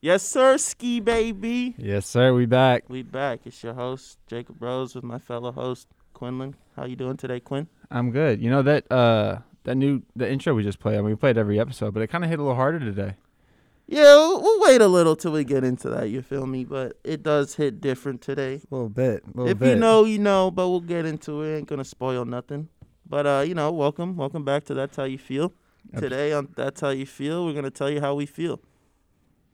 Yes, sir, ski baby. Yes, sir. We back. We back. It's your host Jacob Rose with my fellow host Quinlan. How you doing today, Quinn? I'm good. You know that uh that new the intro we just played. I mean, we played every episode, but it kind of hit a little harder today. Yeah, we'll, we'll wait a little till we get into that. You feel me? But it does hit different today. A little bit. little if you bit. know, you know. But we'll get into it. Ain't gonna spoil nothing. But uh, you know, welcome, welcome back to that's how you feel. Abs- Today on that's how you feel, we're gonna tell you how we feel,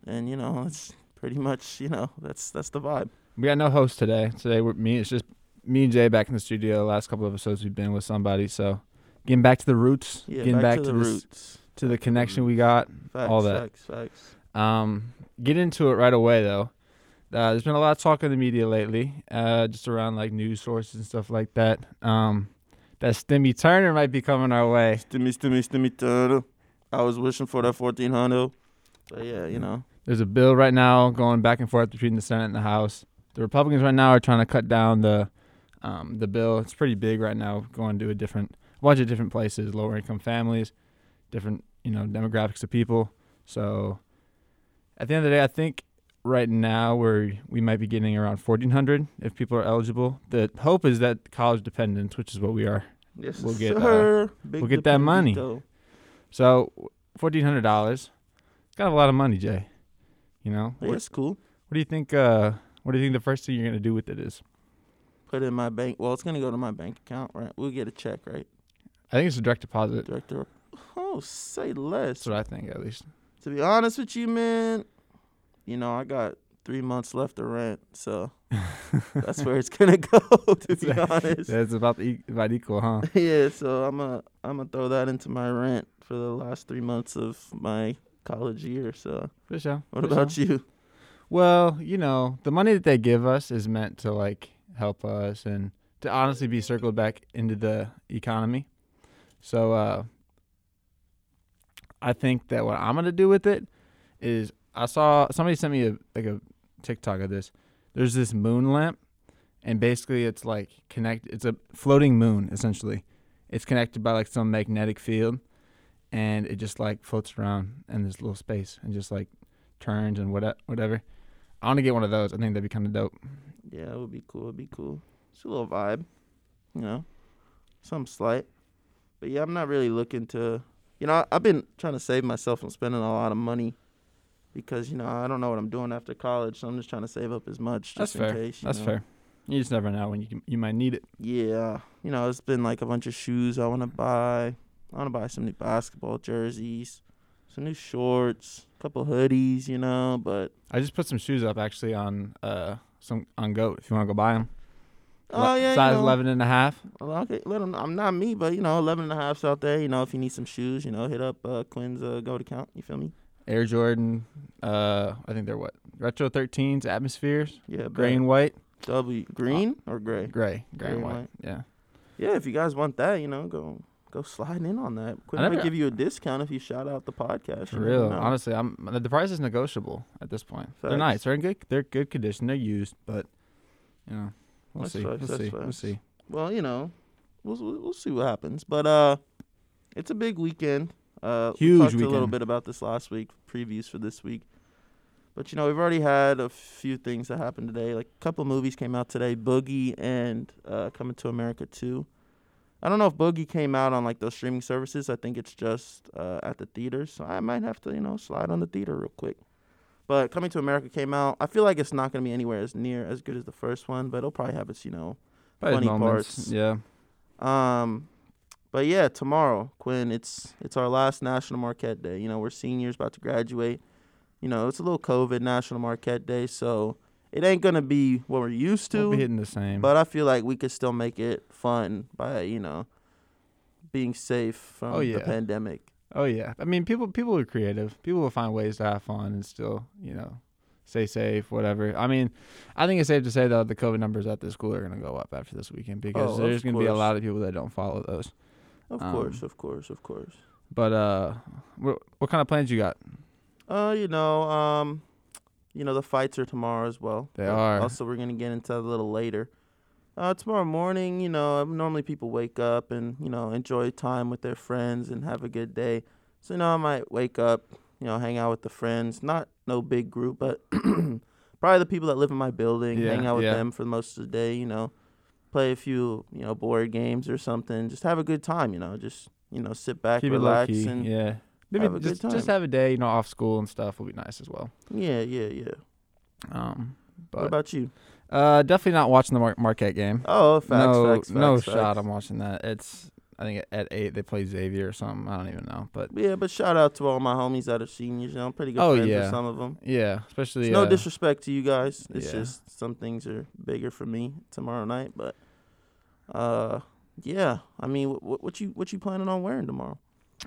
and you know, it's pretty much you know that's that's the vibe. we got no host today. Today we're me. It's just me and Jay back in the studio. The last couple of episodes we've been with somebody, so getting back to the roots, Yeah, getting back, back, to, the this- roots. to the connection we got. Facts, all that. Facts, facts. Um, get into it right away though. Uh, there's been a lot of talk in the media lately, uh, just around like news sources and stuff like that. Um, that Stimmy Turner might be coming our way. Stimmy, stimmy, stimmy, turtle. I was wishing for that fourteen hundred. But yeah, you know, There's a bill right now going back and forth between the Senate and the House. The Republicans right now are trying to cut down the um, the bill. It's pretty big right now, going to a different a bunch of different places, lower income families, different you know demographics of people. So at the end of the day, I think right now we're we might be getting around 1,400 if people are eligible. The hope is that college dependents, which is what we are. yes, We'll get, uh, sir. Big we'll get that money. dependito. So 1,400 dollars, kind of a lot of money, Jay. You know, Yeah, it's cool. What do you think? Uh, what do you think the first thing you're gonna do with it is? Put it in my bank. Well, it's gonna go to my bank account, right? We'll get a check, right? I think it's a direct deposit. Director. Oh, say less. That's what I think, at least. To be honest with you, man, you know, I got three months left to rent, so that's where it's gonna go, to be honest. That's about the, e- about equal, huh? Yeah, so I'm a I'm gonna throw that into my rent for the last three months of my college year. So For sure. what about you? Well, you know, the money that they give us is meant to like help us and to honestly be circled back into the economy. So uh, I think that what I'm gonna do with it is I saw somebody sent me a like a TikTok of this. There's this moon lamp, and basically it's like connect. It's a floating moon essentially. It's connected by like some magnetic field, and it just like floats around in this little space and just like turns and what whatever. I want to get one of those. I think that'd be kind of dope. Yeah, it would be cool. It'd be cool. It's a little vibe, you know, some slight. But yeah, I'm not really looking to, you know, I- I've been trying to save myself from spending a lot of money because you know I don't know what I'm doing after college, so I'm just trying to save up as much That's just in fair. case. you That's know. fair. You just never know when you can, you might need it. Yeah, you know, it's been like a bunch of shoes I want to buy. I want to buy some new basketball jerseys, some new shorts, a couple hoodies, you know. But I just put some shoes up actually on uh some on Goat if you want to go buy them. oh yeah, size you know, 11 and a half. Well, okay, let 'em- I'm not me, but you know, 11 and a half's out there. You know, if you need some shoes, you know, hit up uh, Quinn's uh, Go to Count. You feel me? Air Jordan. Uh, I think they're what retro 13s, atmospheres, Yeah, bet. gray and white, W green or gray? gray, gray and Gray white. and white. Yeah, Yeah, if you guys want that, you know, go go slide in on that. Quinn I might never- give you a discount if you shout out the podcast. for you never real. know. Honestly, I'm the price is negotiable at this point. They're Facts. nice. They're in good. They're good condition. They're used, but you know, we'll That's see. facts, We'll that's see. We'll facts. see. well, you know, we'll we'll we'll see what happens. But uh, it's a big weekend. Uh, we Huge talked a little weekend. bit about this last week. Previews for this week. But you know, we've already had a few things that happened today. Like a couple movies came out today, Boogie and uh, Coming to America Two. I don't know if Boogie came out on like those streaming services. I think it's just uh, at the theaters. So I might have to, you know, slide on the theater real quick. But Coming to America came out. I feel like it's not going to be anywhere as near as good as the first one, but it'll probably have its, you know, But Funny moments, parts. Yeah. um, but yeah, tomorrow, Quinn, it's it's our last National Marquette Day. You know, we're seniors about to graduate. You know, it's a little COVID National Marquette Day, so it ain't gonna be what we're used We'll to. be hitting the same. but I feel like we could still make it fun by you know being safe from Oh, the yeah. pandemic. oh yeah, I mean, people people are creative. People will find ways to have fun and still, you know, stay safe, whatever. I mean, I think it's safe to say though the COVID numbers at the school are going to go up after this weekend Oh, because of there's going to be a course. lot of people that don't follow those. Of Um, course, of course, of course. But uh, what what kind of plans you got? Uh, you know, um, you know the fights are tomorrow as well. They But are. Also, we're gonna get into that a little later. Uh, tomorrow morning, you know, um, normally people wake up and you know enjoy time with their friends and have a good day. So you know, I might wake up, you know, hang out with the friends, not no big group, but probably the people that live in my building, Yeah, hang out with yeah. them for most of the day, you know, play a few, you know, board games or something. Just have a good time, you know, just, you know, sit back, Keep it low relax key. and Yeah. have a Maybe good just, just time. have a day, you know, off school and stuff will be nice as well. yeah, yeah, yeah. Um, what but about you? uh, definitely not watching the Mar- Marquette game. Oh, facts, no, facts, facts. no facts. shot. I'm watching that. It's I think at eight they play Xavier or something. I don't even know, but Yeah, but shout out to all my homies that are seniors. You know, I'm pretty good Oh, friends yeah. with some of them. yeah, especially no uh, disrespect to you guys. It's yeah. just some things are bigger for me tomorrow night. But, uh, yeah. I mean, what, what you what you planning on wearing tomorrow?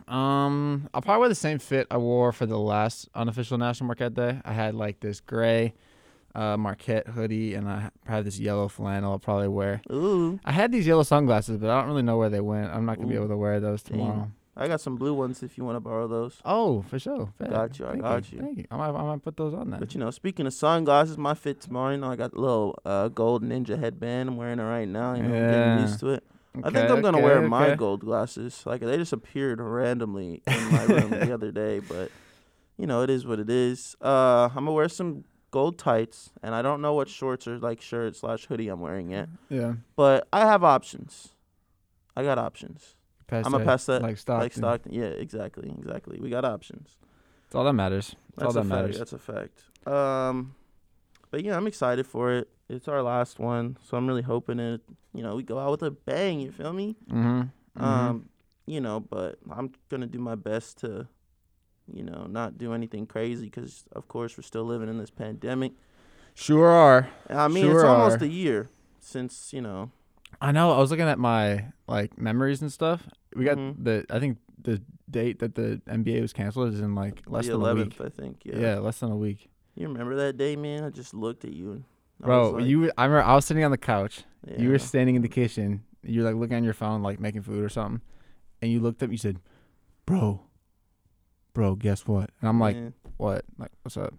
Um, I'll probably wear the same fit I wore for the last unofficial National Marquette Day. I had like this gray uh, Marquette hoodie, and I have this yellow flannel. I'll probably wear. Ooh, I had these yellow sunglasses, but I don't really know where they went. I'm not gonna be Ooh. able to wear those Dang. tomorrow. I got some blue ones if you want to borrow those. Oh, for sure. Yeah, Got you, I thank got you. Thank you. I might, I might put those on then. But you know, speaking of sunglasses, my fit tomorrow. You know, I got the little uh, gold ninja headband. I'm wearing it right now. You know, I'm Yeah. getting used to it. I think Okay, I'm gonna okay, wear my okay. gold glasses. Like they just appeared randomly in my room the other day, but you know it is what it is. Uh, I'm gonna wear some gold tights, and I don't know what shorts or like shirt slash hoodie I'm wearing yet, Yeah. but I have options. I got options. Pass I'ma pass that, Like Stockton. Like Stockton, yeah, exactly, exactly. We got options. That's all that matters. That's all That's a that fact. matters. That's a fact. Um, but yeah, I'm excited for it. It's our last one, so I'm really hoping it. You know, we go out with a bang. You feel me? Mm-hmm. Um, you know, but I'm gonna do my best to, you know, not do anything crazy because, of course, we're still living in this pandemic. sure are. And I mean, it's Sure almost are. a year since you know. I know. I was looking at my like memories and stuff. We got Mhm. the. I think the date that the NBA was canceled is in like less the than a week. eleventh, I think. Yeah. Yeah. less than a week. You remember that day, man? I just looked at you and. I Bro, was like, you. I remember I was sitting on the couch. You yeah. were standing in the kitchen. You were like looking on your phone, like making food or something, and you looked up. You said, "Bro, bro, guess what?" And I'm like, Yeah. "What? Like, what's up?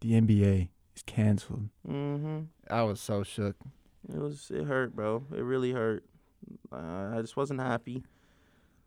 The NBA is canceled." Mhm. I was so shook. It was it hurt, bro. It really hurt. Uh, I just wasn't happy.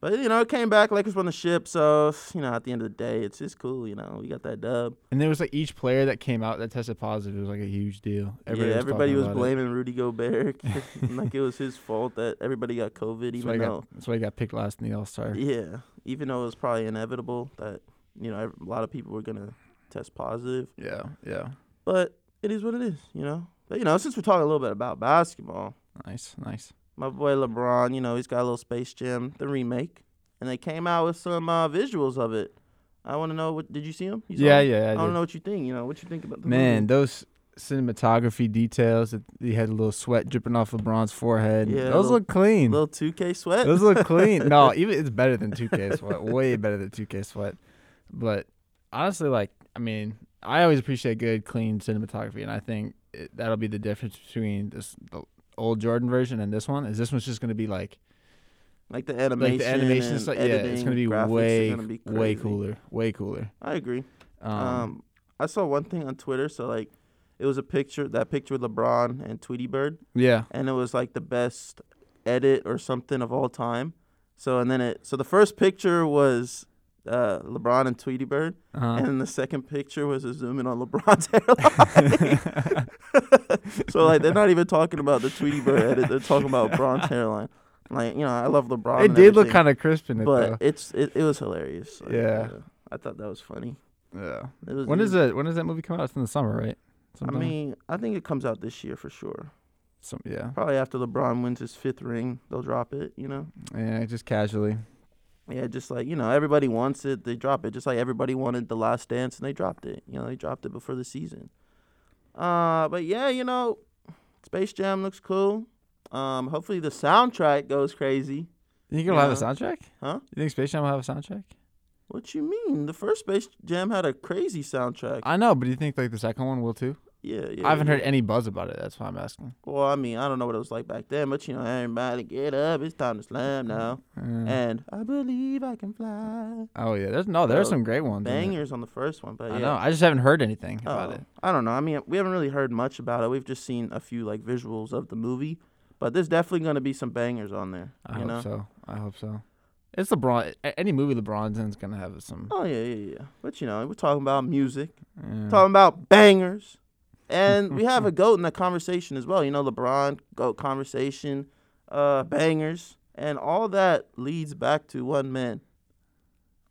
But you know, it came back like it's on the ship. So you know, at the end of the day, it's it's cool. You know, we got that dub. And there was like each player that came out that tested positive. It was like a huge deal. yeah, everybody talking was about it. blaming Rudy Gobert. like it was his fault that everybody got COVID, That's why, even he though got, that's why he got picked last in the All Star. yeah, even though it was probably inevitable that you know ev- a lot of people were gonna test positive. Yeah, yeah. But it is what it is, you know. But you know, since we're talking a little bit about basketball, Nice, nice. my boy LeBron, you know, he's got a little Space Jam, the remake, and they came out with some uh, visuals of it. I want to know what did you see him? You saw yeah, him? yeah, I, I, don't did. know what you think. You know, what you think about the Man, those cinematography details that he had a little sweat dripping off LeBron's forehead. Yeah, those little- look clean. little 2K sweat. those look clean. No, even it's better than 2K sweat. Way better than 2K sweat. But honestly, like, I mean, I always appreciate good, clean cinematography, and I think it, that'll be the difference between this the old Jordan version and this one. Is this one's just gonna be like like the animation, like the animation and stuff. yeah, it's editing, gonna be graphics are way gonna be way crazy. cooler, way cooler. I agree. Um, Um, I saw one thing on Twitter. So like, it was a picture that picture with LeBron and Tweety Bird, yeah, and it was like the best edit or something of all time. So and then it so the first picture was uh, LeBron and Tweety Bird, and uh-huh. then the second picture was a zoom in on LeBron's hairline. so like they're not even talking about the Tweety Bird edit; they're talking about Bron's hairline. Like you know, I love LeBron. it and did look everything, kind of crisp in it but it's it, it was hilarious. Like, Yeah. uh, I thought that was funny. though. It Yeah. was When it does was- that When does that movie come out? It's in the summer, right? Sometime? I mean, I think it comes out this year for sure. Some, yeah, Probably after LeBron wins his fifth ring, they'll drop it, you know? yeah, just casually. Yeah, just like, you know, everybody wants it, they drop it. Just like everybody wanted The Last Dance and they dropped it. You know, they dropped it before the season. Uh, but yeah, you know, Space Jam looks cool. Um, hopefully the soundtrack goes crazy. You think it'll have a Yeah. soundtrack? Huh? You think Space Jam will have a soundtrack? What you mean? The first Space Jam had a crazy soundtrack. I know, but do you think like the second one will too? yeah, yeah. I haven't yeah. heard any buzz about it. That's why I'm asking. Well, I mean, I don't know what it was like back then, but you know, everybody get up, it's time to slam now. Uh, And I believe I can fly. oh yeah, there's no, there's Bro, some great ones. in it. bangers on the first one, but yeah. I know. I just haven't heard anything about Oh, it. I don't know. I mean, we haven't really heard much about it. We've just seen a few like visuals of the movie, but there's definitely going to be some bangers on there. I you hope know, so. I hope so. It's LeBron. a- Any movie LeBron's in is gonna have some. Oh yeah, yeah, yeah. But you know, we're talking about music, yeah. talking about bangers, and we have a goat in the conversation as well. You know, LeBron goat conversation, uh, bangers, and all that leads back to one man,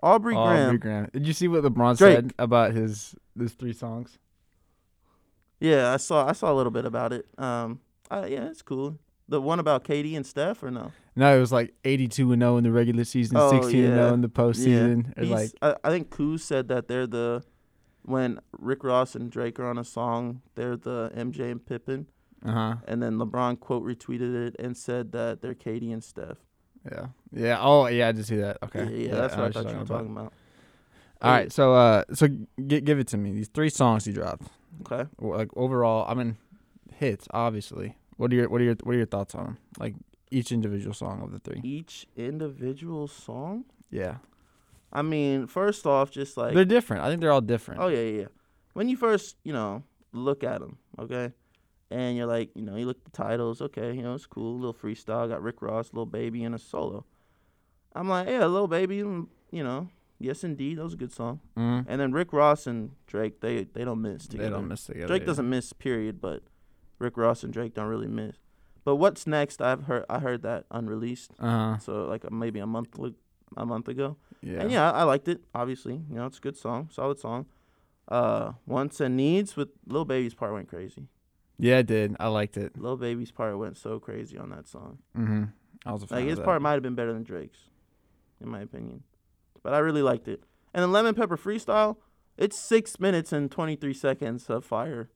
Aubrey Oh, Graham. Aubrey Graham. Did you see what LeBron Drake. said about his his three songs? Yeah, I saw. I saw a little bit about it. Um, uh, yeah, it's cool. The one about Katie and Steph, or no? No, it was like 82 and 0 in the regular season, Oh, 16 and 0 yeah. in the postseason. Or He's- like, I, I think Kuz said that they're the when Rick Ross and Drake are on a song, they're the MJ and Pippen, uh huh. and then LeBron quote retweeted it and said that they're Katie and Steph. Yeah. Yeah. Oh, yeah. I did see that. Okay. Yeah, yeah, that's what I know thought you were you're talking about. All right. So, uh, so g- give it to me. These three songs you dropped. Okay. w- Like overall, I mean, hits obviously. What are your what are your what are your thoughts on 'em? Like each individual song of the three? Each individual song. Yeah. I mean, first off, just like they're different. I think they're all different. Oh yeah, yeah. yeah. When you first, you know, look at them, okay, and you're like, you know, you look at the titles, okay, you know, it's cool, little freestyle, got Rick Ross, little baby, and a solo. I'm like, yeah, little baby, mm, you know, yes indeed, that was a good song. Mhm. And then Rick Ross and Drake, they they don't miss together. They don't miss together. Drake yeah. doesn't miss, period. But Rick Ross and Drake don't really miss. But what's next? I've heard I heard that unreleased, Uh-huh. so like uh, maybe a month li- a month ago. Yeah. And yeah, I I liked it. Obviously, you know, it's a good song, solid song. Uh, wants and needs with Lil Baby's part went crazy. Yeah, I did. I liked it. Lil Baby's part went so crazy on that song. Mm-hmm. I was a fan Like of his that. part might have been better than Drake's, in my opinion. But I really liked it. And then Lemon Pepper Freestyle, it's six minutes and twenty three seconds of fire.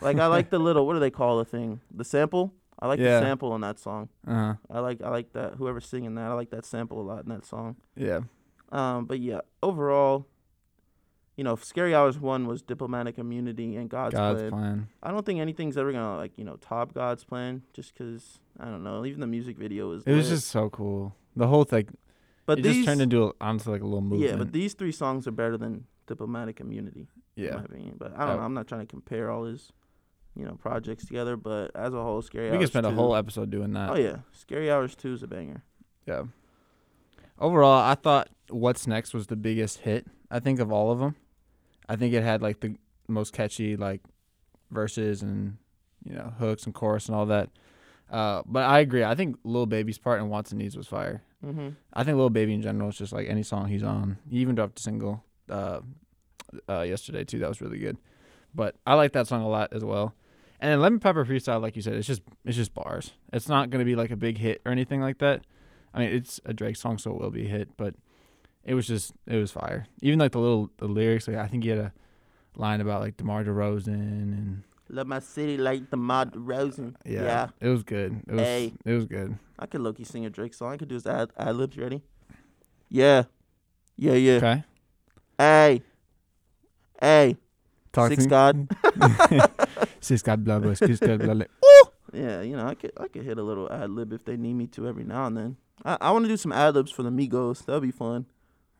like I like the little what do they call the thing? The sample. I like Yeah. the sample in that song. Uh-huh. I like I like that whoever's singing that. I like that sample a lot in that song. Yeah. Um, but yeah, overall, you know, Scary Hours one was diplomatic immunity and God's, God's plan. plan. I don't think anything's ever gonna like you know top God's plan, just 'cause I don't know. Even the music video is. It was lit. just so cool. The whole thing. But it these just turned into a, honestly like a little movement. yeah, but these three songs are better than diplomatic immunity. in yeah. my opinion. But I don't Oh. know. I'm not trying to compare all his, you know, projects together. But as a whole, Scary we Hours. could spend a 2 whole episode doing that. Oh yeah, Scary Hours two is a banger. Yeah. Overall, I thought "What's Next" was the biggest hit. I think of all of them. I think it had like the most catchy like verses and you know hooks and chorus and all that. Uh, but I agree. I think Lil Baby's part in "Wants and Needs" was fire. Mm-hmm. I think Lil Baby in general is just like any song he's on. He even dropped a single uh, uh, yesterday too. That was really good. But I like that song a lot as well. And then Lemon Pepper Freestyle, like you said, it's just it's just bars. It's not gonna be like a big hit or anything like that. I mean, it's a Drake song, so it will be a hit. But it was just it was fire. Even like the little the lyrics, like I think he had a line about like DeMar DeRozan and Love my city like the Mod Rosen. yeah, it was good. It was Hey. it was good. I could Loki sing a Drake song. I could do his ad ad libs. You Ready? Yeah, yeah, yeah. Okay, Hey, hey, talk six to me. God. Six God, blah blah, six God, blah blah. Yeah, you know, I could I could hit a little ad lib if they need me to every now and then. I, I want to do some ad libs for the Migos. That'll be fun.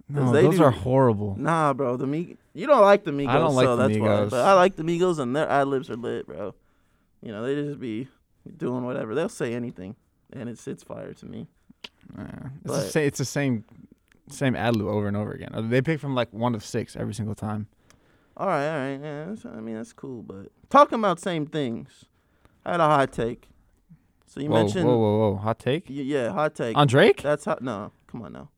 No, they those do- are horrible. Nah, bro, the Mig. You don't like the Migos. don't like so the that's Why, Migos. but I like the Migos, and their ad libs are lit, bro. You know, they just be doing whatever. They'll say anything, and it's it's fire to me. Uh, it's, the But- same, it's the same same ad lib over and over again. Uh, They pick from like one of six every single time. All right, all right. Yeah, that's, I mean that's cool, but talking about same things, I had a hot take. So you whoa, mentioned, whoa, whoa, whoa! Hot take Y- yeah, hot take. on Drake. that's how. No, come on now.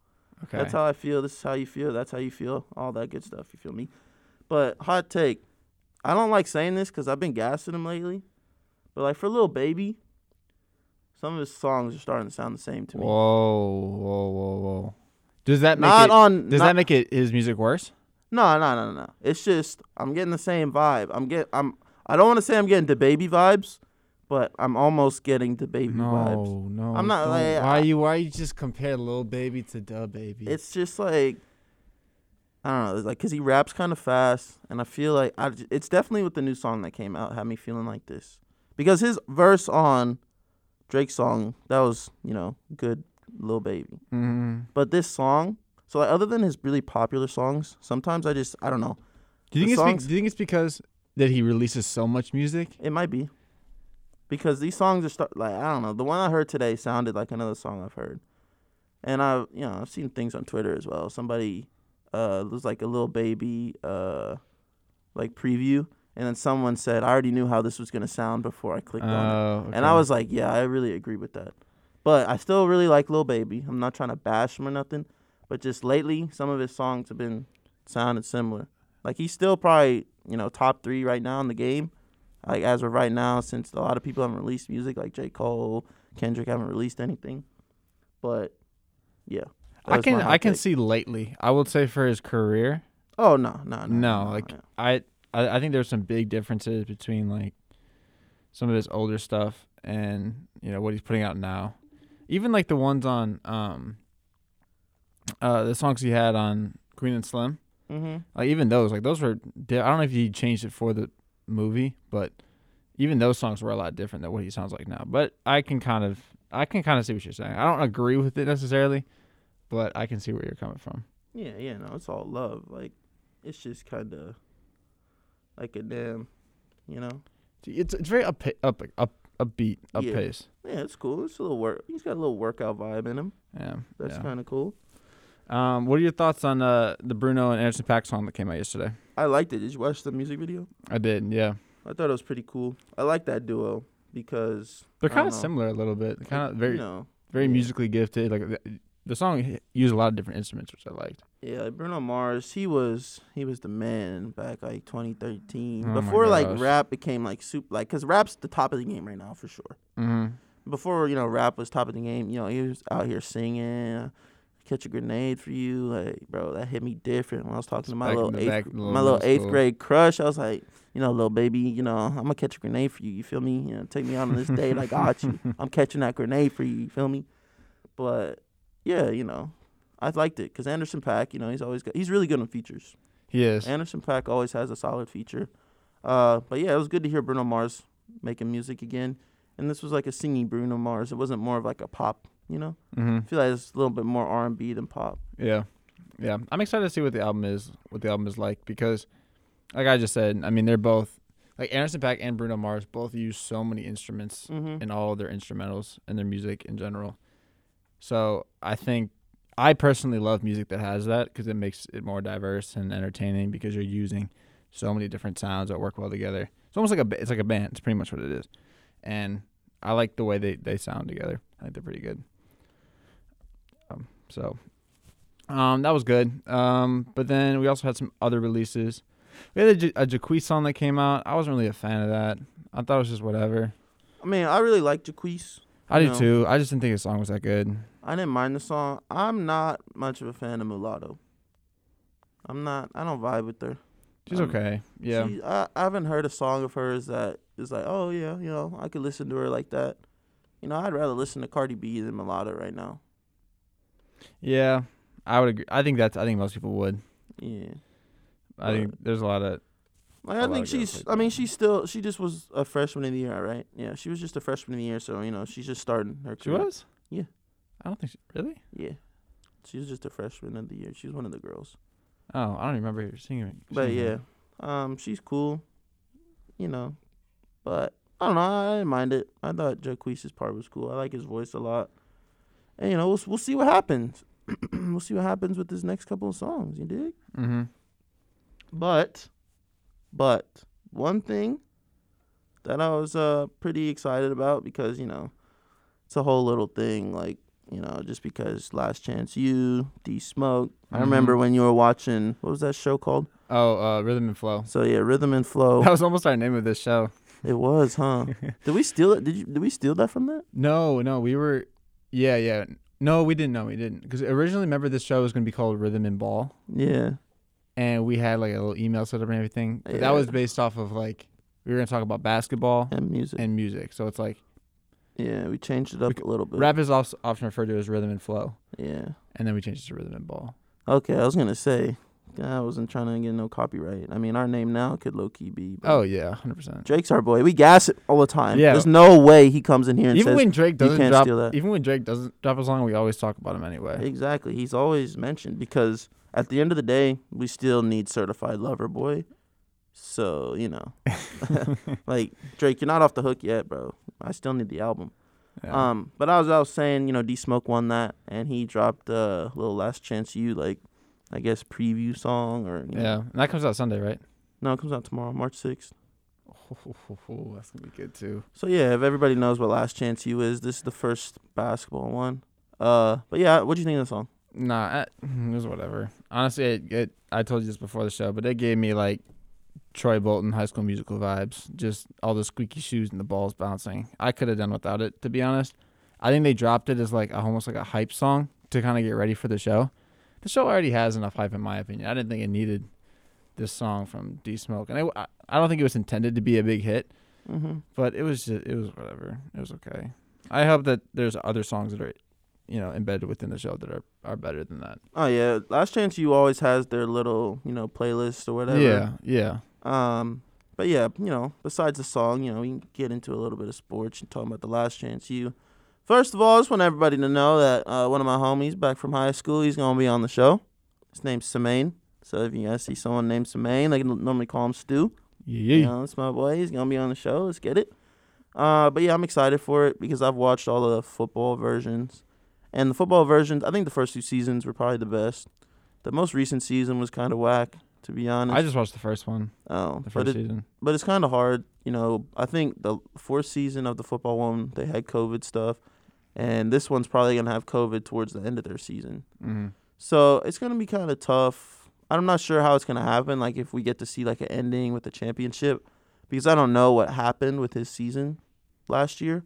Okay, That's how I feel. This is how you feel. That's how you feel. All that good stuff. You feel me? But hot take. I don't like saying this because I've been gassing him lately, but like for Lil Baby, some of his songs are starting to sound the same to me. whoa, whoa, whoa, whoa! Does that make not it, on. does not- that make it his music worse? No, no, no, no, no. It's just I'm getting the same vibe. I'm get I'm I don't want to say I'm getting the baby vibes, but I'm almost getting the baby vibes. no. I'm not, don't- like, why I- you why you just compare Lil Baby to Dub Baby? It's just like I don't know, it's like cuz he raps kind of fast and I feel like I j- it's definitely with the new song that came out had me feeling like this. Because his verse on Drake's song, that was, you know, good little baby. mm. But this song, so like other than his really popular songs, sometimes I just I don't know. Do you the think it's be- songs- do you think it's because that he releases so much music? It might be. Because these songs are start like I don't know. The one I heard today sounded like another song I've heard. and I, you know, I've seen things on Twitter as well. Somebody uh, it was like a little baby uh, like preview, and then someone said, "I already knew how this was gonna sound before I clicked on it." Oh, okay. And I was like, yeah, I really agree with that. But I still really like Lil Baby. I'm not trying to bash him or nothing. But just lately, some of his songs have been sounding similar. Like he's still probably, you know, top three right now in the game. Like as of right now, since a lot of people haven't released music, like J. Cole, Kendrick haven't released anything. But yeah. that I was can my hot I can take. see lately. I would say for his career, Oh no, no, no. no, like yeah. I, I I think there's some big differences between like some of his older stuff and you know what he's putting out now. Even like the ones on um uh the songs he had on Queen and Slim, Mhm. like even those like those were di- I don't know if he changed it for the movie, but even those songs were a lot different than what he sounds like now. But I can kind of I can kind of see what you're saying. I don't agree with it necessarily, but I can see where you're coming from. Yeah, yeah, no, it's all love. Like it's just kind of like a damn, you know. It's it's very up up up upbeat, up Yeah. pace. Yeah, it's cool. It's a little work. He's got a little workout vibe in him. Yeah, That's yeah. kind of cool. Um, what are your thoughts on uh, the Bruno and Anderson Pack song that came out yesterday? I liked it. Did you watch the music video? I did, yeah. I thought it was pretty cool. I like that duo because They're I kind of don't know. similar a little bit. Kind of very, You know, very yeah. musically gifted. Like the, the song h- used a lot of different instruments, which I liked. yeah, like Bruno Mars. He was he was the man back like 2013. Oh my Before like gosh. rap became like soup like because rap's the top of the game right now for sure. Mm-hmm. Before you know rap was top of the game. You know he was out here singing. Catch a grenade for you, like bro. That hit me different when I was talking to my Back in little the eighth back, little my little middle eighth school. grade crush. I was like, you know, little baby, you know, I'm gonna catch a grenade for you. You feel me? You know, take me out on this date. I got you. I'm catching that grenade for you. You feel me? But yeah, you know, I liked it because Anderson Pack, you know, he's always got, he's really good on features. He is. Anderson Pack always has a solid feature. Uh, but yeah, it was good to hear Bruno Mars making music again. And this was like a singing Bruno Mars. It wasn't more of like a pop, you know. hmm I feel like it's a little bit more R and B than pop. Yeah, yeah. I'm excited to see what the album is, what the album is like, because, like I just said, I mean they're both like Anderson Pack and Bruno Mars both use so many instruments Mm-hmm. in all of their instrumentals and their music in general. So I think I personally love music that has that because it makes it more diverse and entertaining because you're using so many different sounds that work well together. It's almost like a ba- it's like a band. It's pretty much what it is, and I like the way they they sound together. I think they're pretty good. Um, so. Um, that was good. Um, but then we also had some other releases. We had a, J- a Jaquie song that came out. I wasn't really a fan of that. I thought it was just whatever. I mean, I really like Jaquise. I do No. too. I just didn't think his song was that good. I didn't mind the song. I'm not much of a fan of Mulatto. I'm not. I don't vibe with her. She's Um, okay. Yeah. She, I, I haven't heard a song of hers that is like, oh yeah, you know, I could listen to her like that. You know, I'd rather listen to Cardi B than Mulatto right now. yeah. I would agree. I think that's I think most people would. Yeah. I think there's a lot of Like, A I lot think of girls she's. like I mean, that. she's still. She just was a freshman in the year, right? Yeah, she was just a freshman in the year, so you know, she's just starting her She career. was? Yeah. I don't think she really? Yeah, she was just a freshman of the year. She's one of the girls. Oh, I don't even remember her singing. But singing. yeah, um, she's cool, you know. But I don't know. I didn't mind it. I thought Jaquise's part was cool. I like his voice a lot. And you know, we'll we'll see what happens. we'll see what happens with this next couple of songs. You dig? Mhm. But, but one thing that I was uh pretty excited about because you know, it's a whole little thing. Like you know, just because Last Chance You, D Smoke. I remember Mhm. when you were watching what was that show called? Oh, uh, Rhythm and Flow. So yeah, Rhythm and Flow. That was almost our name of this show. It was, huh? did we steal it? Did you? Did we steal that from that? No, no, we were Yeah, yeah. No, we didn't know. We didn't. Cuz originally remember this show was going to be called Rhythm and Ball Yeah. and we had like a little email set up and everything. But Yeah. that was based off of like we were going to talk about basketball And music. and music. So it's like yeah, we changed it up c- a little bit. Rap is also often referred to as rhythm and flow, Yeah. and then we changed it to rhythm and ball. Okay, I was gonna say, I wasn't trying to get no copyright. I mean, our name now could low key be. but Oh yeah, hundred percent. Drake's our boy. We gas it all the time. Yeah. There's no way he comes in here and Even says when Drake doesn't can't drop, steal that. even when Drake doesn't drop a song, we always talk about him anyway. exactly. He's always mentioned because at the end of the day, we still need certified lover boy. So you know, like Drake, you're not off the hook yet, bro. I still need the album. Yeah. Um, but I was I was saying, you know, D Smoke won that, and he dropped a uh, little Last Chance You, like, I guess preview song or you know- yeah. And that comes out Sunday, right? No, it comes out tomorrow, March sixth. that's gonna be good too. So yeah, if everybody knows what Last Chance You is, this is the first basketball one. Uh, but yeah, what do you think of the song? Nah, I, it was whatever. Honestly, it, it. I told you this before the show, but it gave me like Troy Bolton High School Musical vibes. Just all the squeaky shoes and the balls bouncing. I could have done without it, to be honest. I think they dropped it as like a, almost like a hype song to kind of get ready for the show. The show already has enough hype, in my opinion. I didn't think it needed this song from D Smoke, and I, I don't think it was intended to be a big hit. Mm-hmm. but it was just, it was whatever. It was okay. I hope that there's other songs that are, you know, embedded within the show that are are better than that. Oh yeah, Last Chance You always has their little you know playlist or whatever. Yeah, yeah, Um, but yeah, you know, besides the song, you know, we can get into a little bit of sports and talking about the last chance you. First of all, I just want everybody to know that uh, one of my homies back from high school, he's gonna be on the show. His name's Semaine. So if you guys see someone named Semaine, they can normally call him Stu. yeah. You know, it's my boy. He's gonna be on the show. Let's get it. Uh, but yeah, I'm excited for it because I've watched all the football versions, and the football versions. I think the first two seasons were probably the best. The most recent season was kind of whack, to be honest. I just watched the first one, oh, the but first it, season. but it's kind of hard, you know. I think the fourth season of the football one, they had COVID stuff, and this one's probably gonna have COVID towards the end of their season. Mm-hmm. So it's gonna be kind of tough. I'm not sure how it's gonna happen. Like if we get to see like an ending with the championship, because I don't know what happened with his season last year.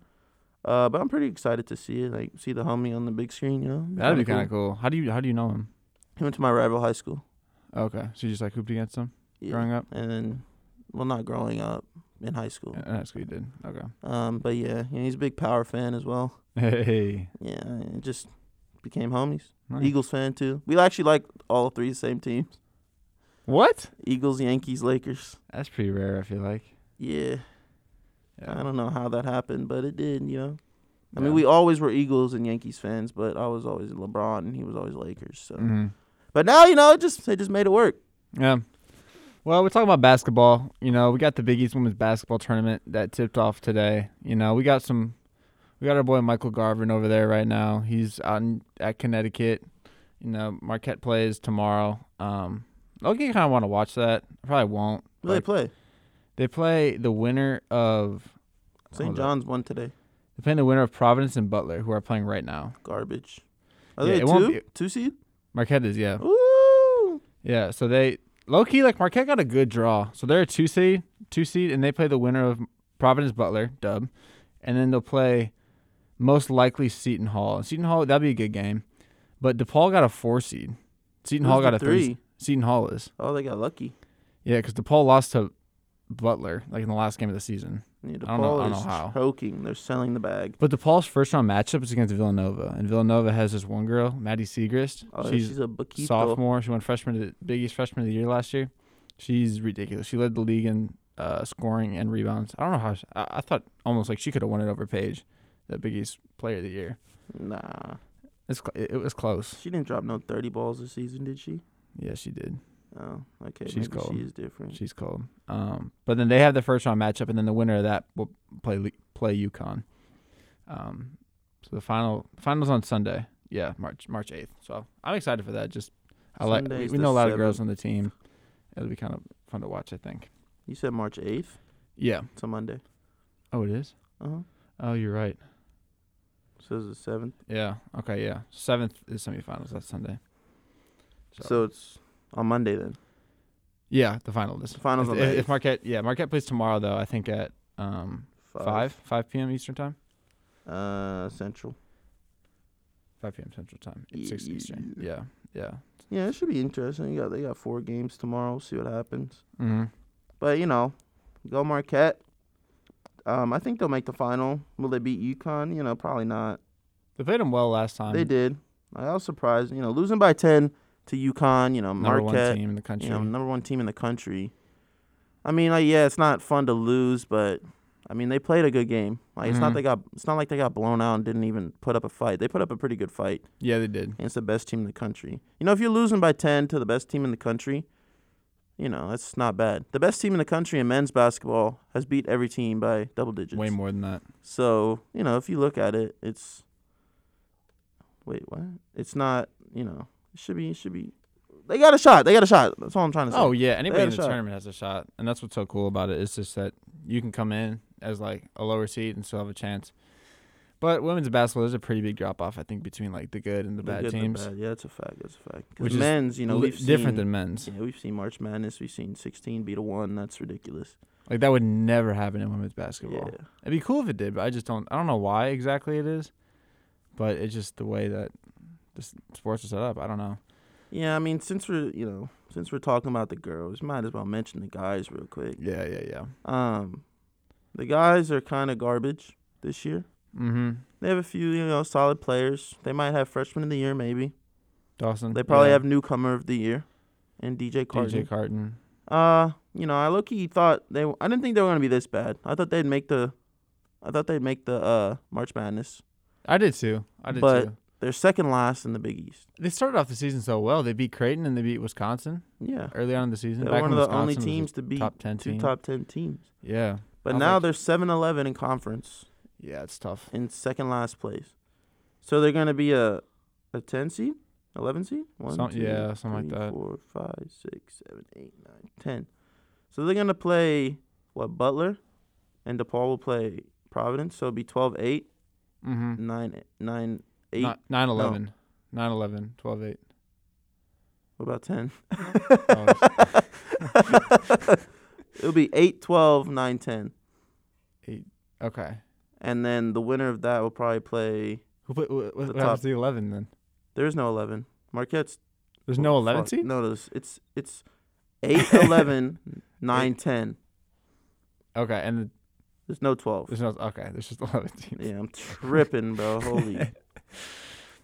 Uh, but I'm pretty excited to see it. Like see the homie on the big screen. You know, That'd be kind of cool. How do you how do you know him? He went to my rival high school. Okay, so you just like hooped against him Yeah. growing up. and then, well, not growing up in high school. Yeah, that's what you did. Okay. Um, but yeah, you know, he's a big power fan as well. Hey. Yeah, and just became homies. nice. Eagles fan too. We actually like all three the same teams: What? Eagles, Yankees, Lakers. That's pretty rare. I feel like. Yeah, Um, I don't know how that happened, but it did. You know, I mean, Yeah. we always were Eagles and Yankees fans, but I was always LeBron and he was always Lakers. So, Mhm. but now you know, it just they just made it work. Yeah. Well, we're talking about basketball. You know, we got the Big East women's basketball tournament that tipped off today. You know, we got some, we got our boy Michael Garvin over there right now. He's out in, at Connecticut. You know, Marquette plays tomorrow. Um, I'll kind of want to watch that. I probably won't. Who they Like, play? they play the winner of St. hold up. John's won today. They're playing the winner of Providence and Butler, who are playing right now. Garbage. Are Yeah, they it a won't two? Two seed? Marquette is yeah, Ooh. yeah. So they low key like Marquette got a good draw. So they're a two seed, two seed, and they play the winner of Providence Butler Dub, and then they'll play most likely Seton Hall. Seton Hall that'd be a good game, but DePaul got a four seed. Seton Who's Hall got the a three. Seton Hall is Oh, they got lucky. yeah, because DePaul lost to Butler like in the last game of the season. Yeah, I don't know- I DePaul don't know how. is choking. They're selling the bag. But DePaul's first round matchup is against Villanova, and Villanova has this one girl, Maddie Segrist. Oh, she's, she's a bookkeeper. sophomore. She won freshman to biggest freshman of the year last year. She's ridiculous. She led the league in uh, scoring and rebounds. I don't know how. She, I, I thought almost like she could have won it over Paige, the Big East Player of the Year. Nah, It's cl- it, it was close. she didn't drop no thirty balls this season, did she? Yeah, she did. Oh, okay. She's maybe cold. She is different. She's cold. Um, but then they have the first round matchup, and then the winner of that will play Le- play UConn. Um, so the final finals on Sunday. Yeah, March March eighth. So I'm excited for that. Just I like we, Sunday's we the know a lot of girls on the team. It'll be kind of fun to watch. I think. you said March eighth. Yeah. It's a Monday. Oh, it is. Uh huh. Oh, you're right. So it's the seventh. Yeah. Okay. Yeah. Seventh is semifinals. That's Sunday. So, So. it's on Monday then. yeah, the final is The finals If, on the if, if eighth. Marquette, yeah, Marquette plays tomorrow though. I think at um five five p.m. Eastern time, Uh, Central. five p.m. Central time, It's six Eastern. Yeah. Yeah. Yeah, it should be interesting. You got they got four games tomorrow. We'll see what happens. Mm-hmm. But you know, go Marquette. Um, I think they'll make the final. Will they beat UConn? You know, probably not. They played them well last time. They did. I was surprised. You know, losing by ten to UConn. You know, Number Marquette. one team in the country. you know, number one team in the country. I mean, like, yeah, it's not fun to lose, but I mean, they played a good game. Like, it's Mhm. not they got, it's not like they got blown out and didn't even put up a fight. They put up a pretty good fight yeah, they did. against the best team in the country. You know, if you're losing by ten to the best team in the country, you know, that's not bad. The best team in the country in men's basketball has beat every team by double digits. Way more than that. So, you know, if you look at it, it's wait, what? It's not, you know, it should be it should be they got a shot. They got a shot. That's all I'm trying to say. Oh yeah, anybody had in a the shot. tournament has a shot, and that's what's so cool about it. It's just that you can come in as like a lower seed and still have a chance. But women's basketball is a pretty big drop off, I think, between like the good and the, The bad good, the teams. bad. Yeah, that's a fact. That's a fact. Which Because is men's, you know, Li- we've different seen, than men's. yeah, we've seen March Madness. We've seen 16 beat a one. That's ridiculous. Like that would never happen in women's basketball. Yeah. It'd be cool if it did, but I just don't. I don't know why exactly it is, but it's just the way that this sports are set up. I don't know. Yeah, I mean, since we're you know since we're talking about the girls, might as well mention the guys real quick. Yeah, yeah, yeah. Um, the guys are kind of garbage this year. Mm-hmm. They have a few you know solid players. They might have freshman of the year, maybe. Dawson. They probably yeah. have newcomer of the year, and DJ Carter. DJ Carton. Uh, you know, I low key thought they. I didn't think they were gonna be this bad. I thought they'd make the. I thought they'd make the uh March Madness. I did too. I did But- too. They're second last in the Big East. They started off the season so well. They beat Creighton and they beat Wisconsin Yeah, early on in the season. they're Back one of the when Wisconsin only was a teams to beat top ten two team. top ten teams. Yeah, But I was now like- they're 7-Eleven in conference yeah, it's tough. in second last place. So they're going to be a a 10 seed, 11 seed, One, Some- two, yeah, something like three, that. four, five, six, seven, eight, nine, 10. So they're going to play what Butler and DePaul will play Providence, so it'll be 12-8, Mm-hmm. 9 9 8. Nine eleven. Nine eleven. Twelve eight. what about 10? Oh, it's It'll be 8-12, 9-10. okay. And then the winner of that will probably play Who put, The what, what top. happens to the eleven then? there's no 11. Marquette's There's Oh, no eleven fuck. seed. No, there's, it's it's 8, 11, 9, 10. Okay, and the, There's no 12. there's no. Okay, there's just eleven teams. Yeah, I'm tripping, bro. Holy.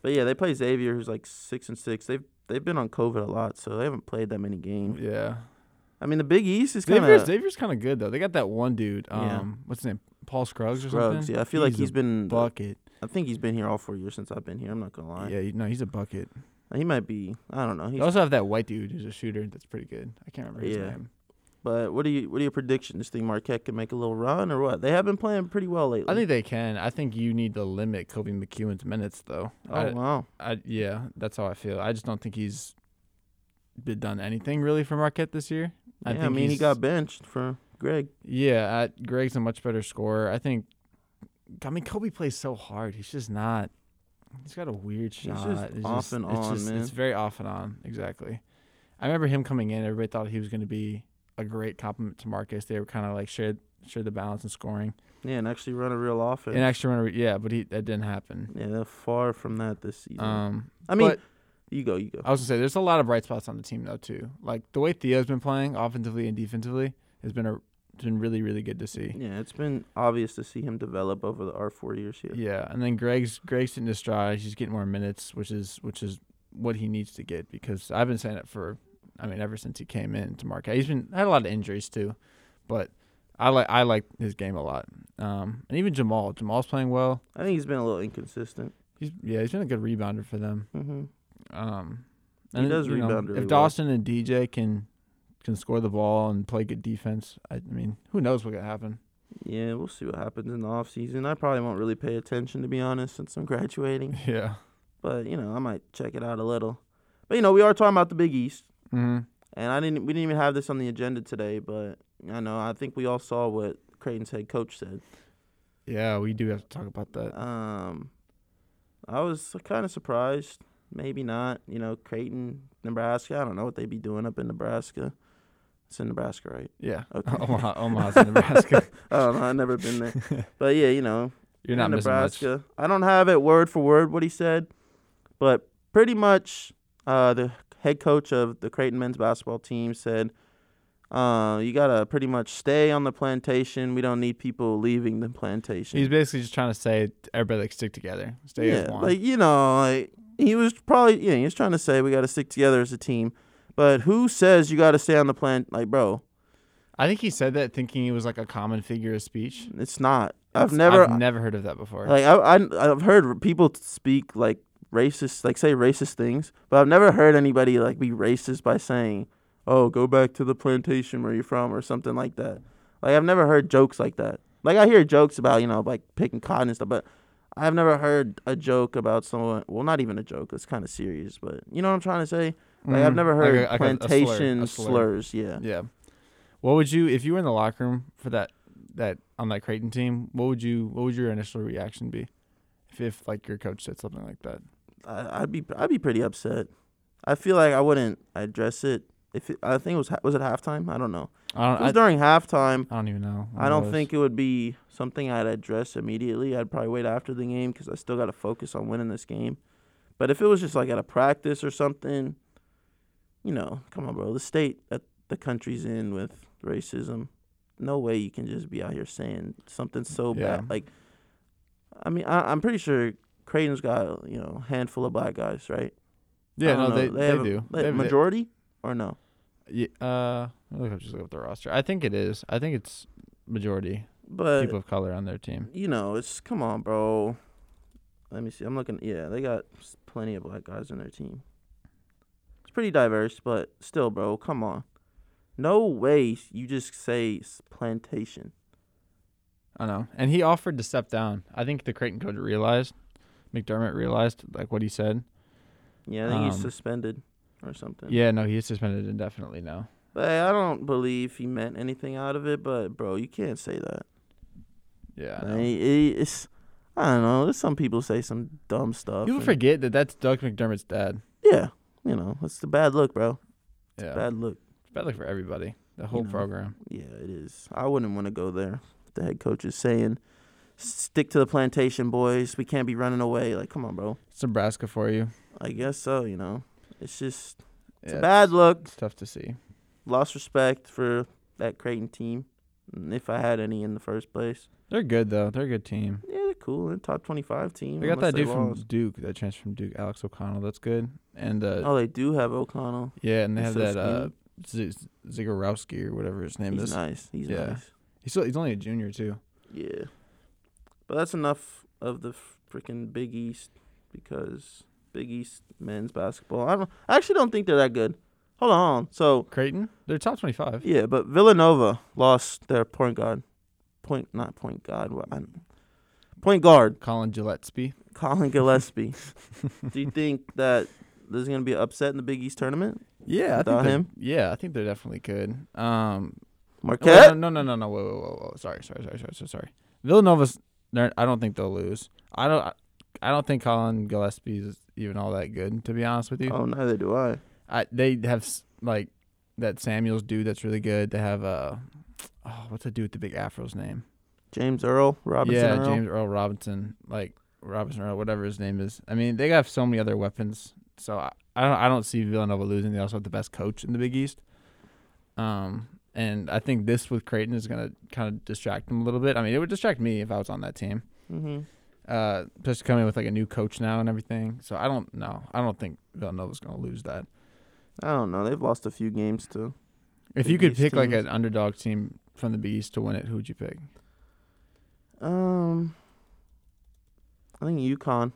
But yeah, they play Xavier, who's like six and six. They've they've been on COVID a lot, so they haven't played that many games. Yeah. I mean, the Big East is kind Xavier's, of Xavier's kind of good though. They got that one dude. Um, Yeah. what's his name? Paul Scruggs, or Scruggs. something. Yeah, I feel like a he's been. bucket. I think he's been here all four years since I've been here. I'm not gonna lie. Yeah, he- no, he's a bucket. He might be. I don't know. They He's, also have that white dude who's a shooter. That's pretty good. I can't remember his Yeah. name. but what are you? What are your predictions? Think Marquette can make a little run or what? They have been playing pretty well lately. I think they can. I think you need to limit Kobe McEwen's minutes, though. Oh I, wow. I, yeah, that's how I feel. I just don't think he's been done anything really for Marquette this year. Yeah, I, think mean, he he's- got benched for Greg. Yeah, I, Greg's a much better scorer. I think. I mean, Kobe plays so hard. He's just not. He's got a weird He's just shot. it's off just, and it's on, just, man. It's very off and on. Exactly. I remember him coming in. Everybody thought he was going to be a great compliment to Marcus. They were kind of like shared shared the balance and scoring. Yeah, and actually run a real offense. And actually, remember, yeah, but he that didn't happen. yeah, they're far from that this season. Um, I mean, but- you go, you go. I was gonna say there's a lot of bright spots on the team though too. Like the way Theo's been playing offensively and defensively has been a it's been really really good to see. yeah, it's been obvious to see him develop over the, our four years here. Yeah, and then Greg's Greg's in his stride. He's getting more minutes, which is which is what he needs to get because I've been saying it for I mean ever since he came in to Marquette. He's been had a lot of injuries too, but I like I like his game a lot. Um, and even Jamal Jamal's playing well. I think he's been a little inconsistent. He's yeah he's been a good rebounder for them. hmm Um, He and, does you know, rebound really if well. Dawson and DJ can can score the ball and play good defense, I, I mean, who knows what could happen? Yeah, we'll see what happens in the off season. I probably won't really pay attention to be honest, since I'm graduating. Yeah. But you know, I might check it out a little. But you know, we are talking about the Big East, Mm-hmm. and I didn't. We didn't even have this on the agenda today, but I know. I think we all saw what Creighton's head coach said. Yeah, we do have to talk about that. Um, I was kind of surprised. Maybe not. You know, Creighton, Nebraska. I don't know what they'd be doing up in Nebraska. It's in Nebraska, right? Yeah. Okay. Omaha, Omaha's in Nebraska. I don't know. I've never been there. But yeah, you know, You're not in missing much. Nebraska. I don't have it word for word what he said, but pretty much uh, the head coach of the Creighton men's basketball team said, uh, "You gotta pretty much stay on the plantation. We don't need people leaving the plantation." He's basically just trying to say to everybody like stick together, stay as yeah, one. like you know, like he was probably yeah, he was trying to say we got to stick together as a team. But who says you got to stay on the plan? Like, bro, I think he said that thinking it was like a common figure of speech. it's not. I've never, I've never heard of that before. like, I, I I've heard people speak like racist, like say racist things, but I've never heard anybody like be racist by saying, oh, go back to the plantation where you're from or something like that. Like I've never heard jokes like that. Like I hear jokes about, you know, like picking cotton and stuff, but I've never heard a joke about someone well, not even a joke, it's kinda serious, but you know what I'm trying to say? Like I've Mhm. never Like heard a- like a- a slur- plantation a slur. slurs, yeah. Yeah. What would you if you were in the locker room for that that on that Creighton team? What would you what would your initial reaction be if if like your coach said something like that? I, I'd be I'd be pretty upset. I feel like I wouldn't address it if it, I think it was ha- was it halftime? I don't know. I It don't I, was during halftime. I don't even know. when I it don't was. think it would be something I'd address immediately. I'd probably wait after the game because I still got to focus on winning this game. But if it was just like at a practice or something, you know, come on, bro. The state that the country's in with racism, no way you can just be out here saying something so Yeah. bad. Like, I mean, I, I'm pretty sure Creighton's got you know a handful of black guys, right? I Yeah, don't no, know. they, they, have a- do. they- They have- they- majority or no? Yeah, uh, I'll look up, just look up the roster. I think it is. I think it's majority But people of color on their team. you know, it's come on, bro. Let me see. I'm looking. Yeah, they got s- plenty of black guys on their team. It's pretty diverse, but still, bro, come on. No way you just say s- plantation. I know. And he offered to step down. I think the Creighton coach realized, McDermott realized like what he said. Yeah, I think he's Um, suspended or something. Yeah, no, he is suspended indefinitely now. But I don't believe he meant anything out of it. But bro, you can't say that. Yeah. I I know. it's I don't know. There's some people say some dumb stuff. People and- forget that that's Doug McDermott's dad. Yeah, you know, it's the bad look, bro. Yeah. Bad look. It's bad luck for everybody. The whole know. program. Yeah, it is. I wouldn't want to go there. The head coach is saying, "Stick to the plantation, boys. We can't be running away." Like, come on, bro. It's Nebraska for you. I guess so. You know, it's just it's Yeah, a bad look. It's tough to see. Lost respect for that Creighton team. and If I had any in the first place, They're good though. They're a good team. yeah, they're cool. They're a top twenty-five team. They got unless that dude lost. from Duke that transferred from Duke, Alex O'Connell. That's good. And uh, Oh, they do have O'Connell. yeah, and they have he's that so uh, Z- Zagorowski or whatever his name He's is. nice. He's yeah. nice. He's still, he's only a junior too. Yeah. But that's enough of the freaking Big East because Big East men's basketball. I don't. I actually don't think they're that good. Hold on. hold on. So Creighton, they're top twenty-five. yeah, but Villanova lost their point guard, point not point guard, what, I, point guard Colin Gillespie. Colin Gillespie. Do you think that there's gonna be an upset in the Big East tournament? Yeah, I Without think they're- him? Yeah, I think they're definitely good. Um, Marquette. Wait, no, no, no, no, no. Whoa, whoa, whoa, whoa. Sorry, sorry, sorry, sorry, sorry, sorry. Villanova's. they're- I don't think they'll lose. I don't. I- I don't think Colin Gillespie's even all that good. To be honest with you, Oh, neither do I. I, they have s- like that Samuels dude that's really good. They have uh, oh, what's the dude with the big afro's name? James Earl Robinson. yeah, Earl. James Earl Robinson, like Robinson Earl, whatever his name is. I mean, they have so many other weapons. So I, I don't. I don't see Villanova losing. They also have the best coach in the Big East. Um, and I think this with Creighton is gonna kind of distract them a little bit. I mean, it would distract me if I was on that team. Mm-hmm. Uh, especially coming with like a new coach now and everything. So I don't know. I don't think Villanova's gonna lose that. I don't know. They've lost a few games too. If Big you could East pick like teams. an underdog team from the Big East to win it, who would you pick? Um, I think UConn.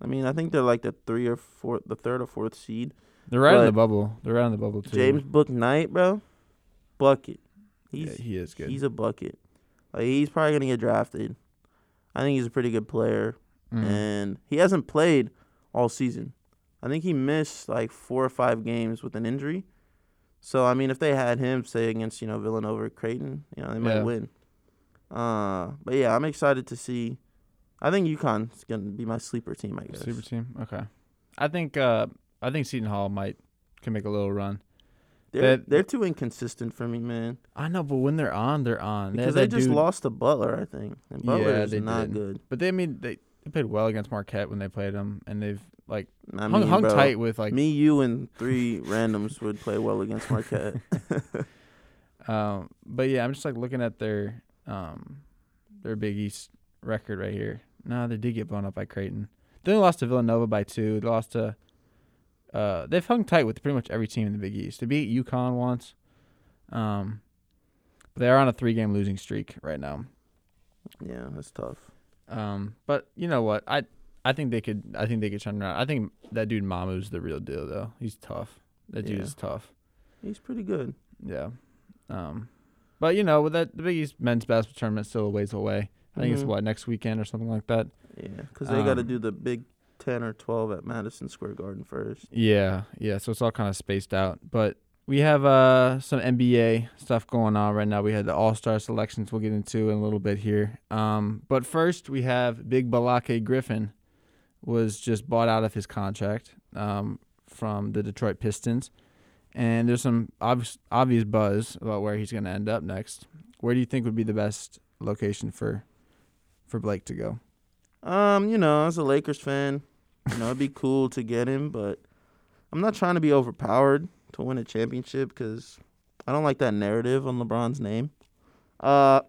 I mean, I think they're like the three or four, the third or fourth seed. They're right in the But- bubble. They're right in the bubble too. James Book Knight, bro, bucket. yeah, He's he is good. he's a bucket. Like he's probably gonna get drafted. I think he's a pretty good player, Mm. and he hasn't played all season. I think he missed like four or five games with an injury. So I mean, if they had him, say against you know Villanova or Creighton, you know they might Yeah. win. Uh, but yeah, I'm excited to see. I think UConn's gonna be my sleeper team. I guess. Super team. Okay. I think uh I think Seton Hall might can make a little run. They're That- they're too inconsistent for me, man. I know, but when they're on, they're on. Because had they that just dude- lost to Butler, I think, and Butler Yeah, is they not did. good. But they I mean they, they played well against Marquette when they played them, and they've like I hung, mean, hung bro, tight with like me, you, and three randoms would play well against Marquette. Um, but yeah, I'm just like looking at their um, their Big East record right here. No, they did get blown up by Creighton. They only lost to Villanova by two. They lost to. Uh, they've hung tight with pretty much every team in the Big East. They beat UConn once. Um, but they are on a three-game losing streak right now. yeah, that's tough. Um, but you know what? I I think they could. I think they could turn around. I think that dude Mamu's the real deal, though. He's tough. That dude Yeah. is tough. He's pretty good. Yeah. Um, but you know, with that the Big East men's basketball tournament's still a ways away. I think it's Mhm. what next weekend or something like that. Yeah, because they got to Um, do the Big Ten or twelve at Madison Square Garden first. Yeah, yeah. So it's all kind of spaced out. But we have uh some NBA stuff going on right now. We had the All Star selections. We'll get into in a little bit here. Um, but first we have Big Balake Griffin was just bought out of his contract um, from the Detroit Pistons, and there's some obvious obvious buzz about where he's going to end up next. Where do you think would be the best location for for Blake to go? Um, you know, as a Lakers fan, you know, it'd be cool to get him, but I'm not trying to be overpowered to win a championship because I don't like that narrative on LeBron's name. Uh,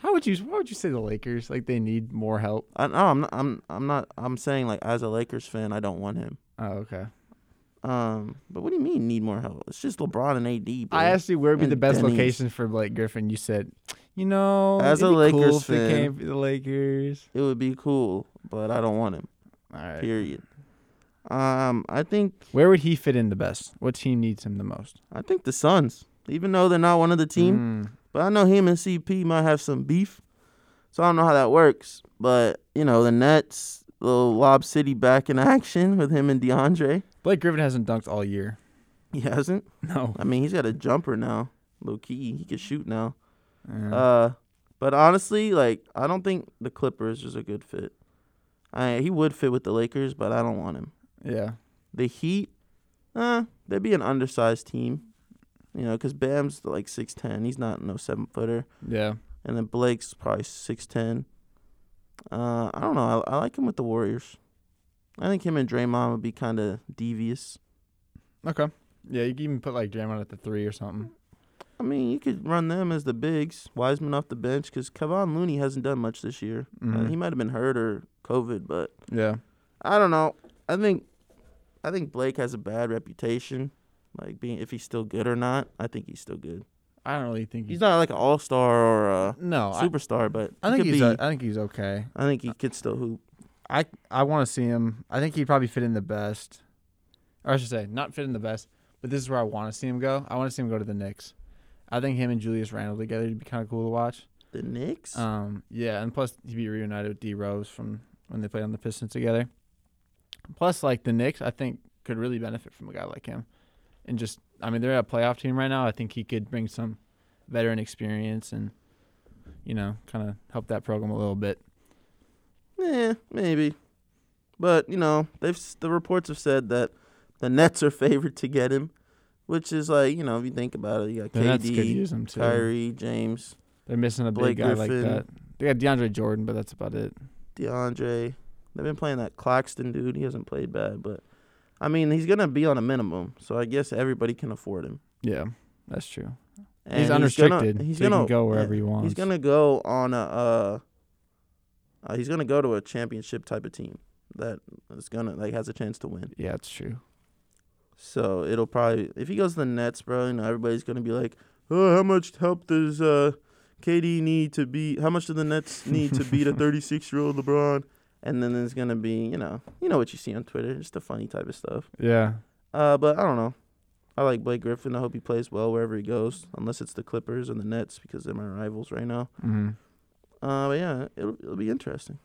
How would you Why would you say the Lakers like they need more help? I, no, I'm not, I'm I'm not I'm saying like as a Lakers fan, I don't want him. Oh, okay. Um, but what do you mean need more help? It's just LeBron and AD. Bro. I asked you where would be And the best Denny's. location for Blake Griffin. You said, you know, As it'd a be cool Lakers if it fan- came for the Lakers. it would be cool, but I don't want him. All right. Period. Um, I think Where would he fit in the best? What team needs him the most? I think the Suns, even though they're not one of the team, Mm. but I know him and CP might have some beef. So I don't know how that works, but you know the Nets, little Lob City back in action with him and DeAndre. Blake Griffin hasn't dunked all year. He hasn't. No. I mean, he's got a jumper now, low key. He can shoot now. Yeah. Uh, but honestly, like I don't think the Clippers is a good fit. I he would fit with the Lakers, but I don't want him. yeah. The Heat, uh, they'd be an undersized team, you know, because Bam's like six ten. He's not no seven footer, Yeah. and then Blake's probably six ten. Uh, I don't know. I, I like him with the Warriors. I think him and Draymond would be kind of devious. Okay. Yeah, you can even put like Draymond at the three or something. I mean, you could run them as the bigs. Wiseman off the bench because Kevon Looney hasn't done much this year. Uh, Mhm. he might have been hurt or COVID, but Yeah. I don't know. I think I think Blake has a bad reputation. Like being if he's still good or not. I think he's still good. I don't really think he's. He's not like an all star or a no. Oh, I, superstar, but I he think could he's. be, o- I think he's okay. I think he could still hoop. I I want to see him. I think he'd probably fit in the best. Or I should say, not fit in the best, but this is where I want to see him go. I want to see him go to the Knicks. I think him and Julius Randle together would be kind of cool to watch. The Knicks? Um, yeah, and plus he'd be reunited with D Rose from when they played on the Pistons together. Plus, like the Knicks, I think could really benefit from a guy like him, and just I mean they're a playoff team right now. I think he could bring some veteran experience and you know kind of help that program a little bit. yeah, Eh, maybe. But, you know, they've s- the reports have said that the Nets are favored to get him, which is like, you know, if you think about it, you got The Nets could KD, use him too. Kyrie, James, They're missing a Blake big guy Griffin. like that. They got DeAndre Jordan, but that's about it. DeAndre. They've been playing that Claxton dude. He hasn't played bad, but I mean, he's gonna be on a minimum, so I guess everybody can afford him. Yeah, that's true. And he's unrestricted. He's so he can go wherever yeah, he wants. He's gonna go on a. Uh, uh, he's gonna go to a championship type of team that is gonna like has a chance to win. yeah, it's true. So it'll probably if he goes to the Nets, bro. You know everybody's gonna be like, oh, how much help does uh, KD need to be? How much do the Nets need to beat a 36 year old LeBron? And then there's gonna be you know you know what you see on Twitter, just the funny type of stuff. Yeah. Uh, but I don't know. I like Blake Griffin. I hope he plays well wherever he goes, unless it's the Clippers and the Nets because they're my rivals right now. hmm Uh, but yeah, it'll, it'll be interesting.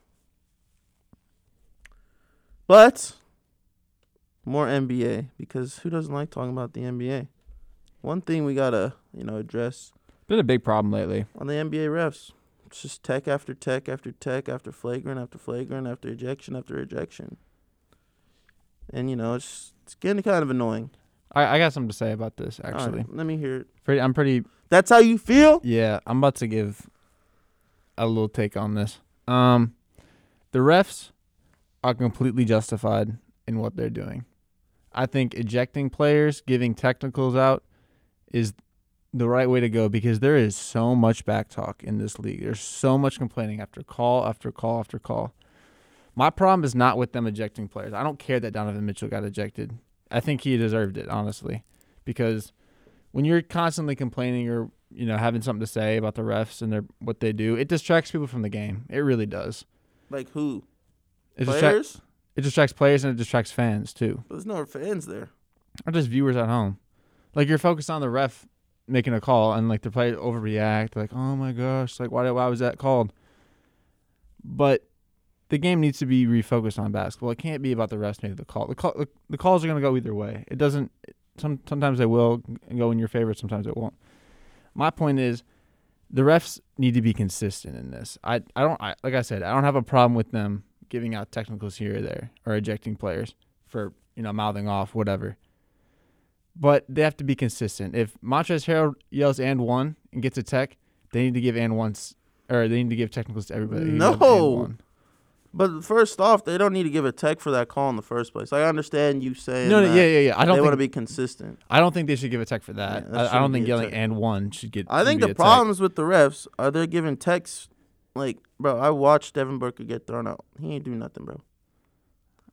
But more NBA because who doesn't like talking about the NBA? One thing we gotta you know address Been a big problem lately. on the NBA refs. It's just tech after tech after tech after flagrant after flagrant after ejection after ejection. And you know it's it's getting kind of annoying. I, I got something to say about this All right, actually. let me hear it. Pretty, I'm pretty. That's how you feel? Yeah, I'm about to give a little take on this. Um, the refs are completely justified in what they're doing. I think ejecting players, giving technicals out, is the right way to go because there is so much backtalk in this league. There's so much complaining after call after call after call. My problem is not with them ejecting players. I don't care that Donovan Mitchell got ejected. I think he deserved it, honestly, because when you're constantly complaining or you know having something to say about the refs and their what they do, it distracts people from the game. It really does. Like who? It, distra- Players? it distracts players and it distracts fans too, There's no fans there. or just viewers at home. like you're focused on the ref making a call and like the player overreact like oh my gosh like why did- why was that called but the game needs to be refocused on basketball it can't be about the refs making the call the call the, the calls are going to go either way it doesn't some sometimes they will go in your favor sometimes it won't my point is the refs need to be consistent in this i i don't I, like i said i don't have a problem with them giving out technicals here or there or ejecting players for you know mouthing off whatever but they have to be consistent. If Montrezl Harrell yells and one and gets a tech, they need to give and once or they need to give technicals to everybody. who yelled and No. one. But first off, they don't need to give a tech for that call in the first place. I understand you saying no, no, that yeah, yeah, yeah. I they don't want to think be consistent. I don't think they should give a tech for that. Yeah, that I, I shouldn't don't think be a yelling tech. and one should get. I should think be a the tech. problems with the refs are they're giving texts like, bro, I watched Devin Booker get thrown out. He ain't do nothing, bro.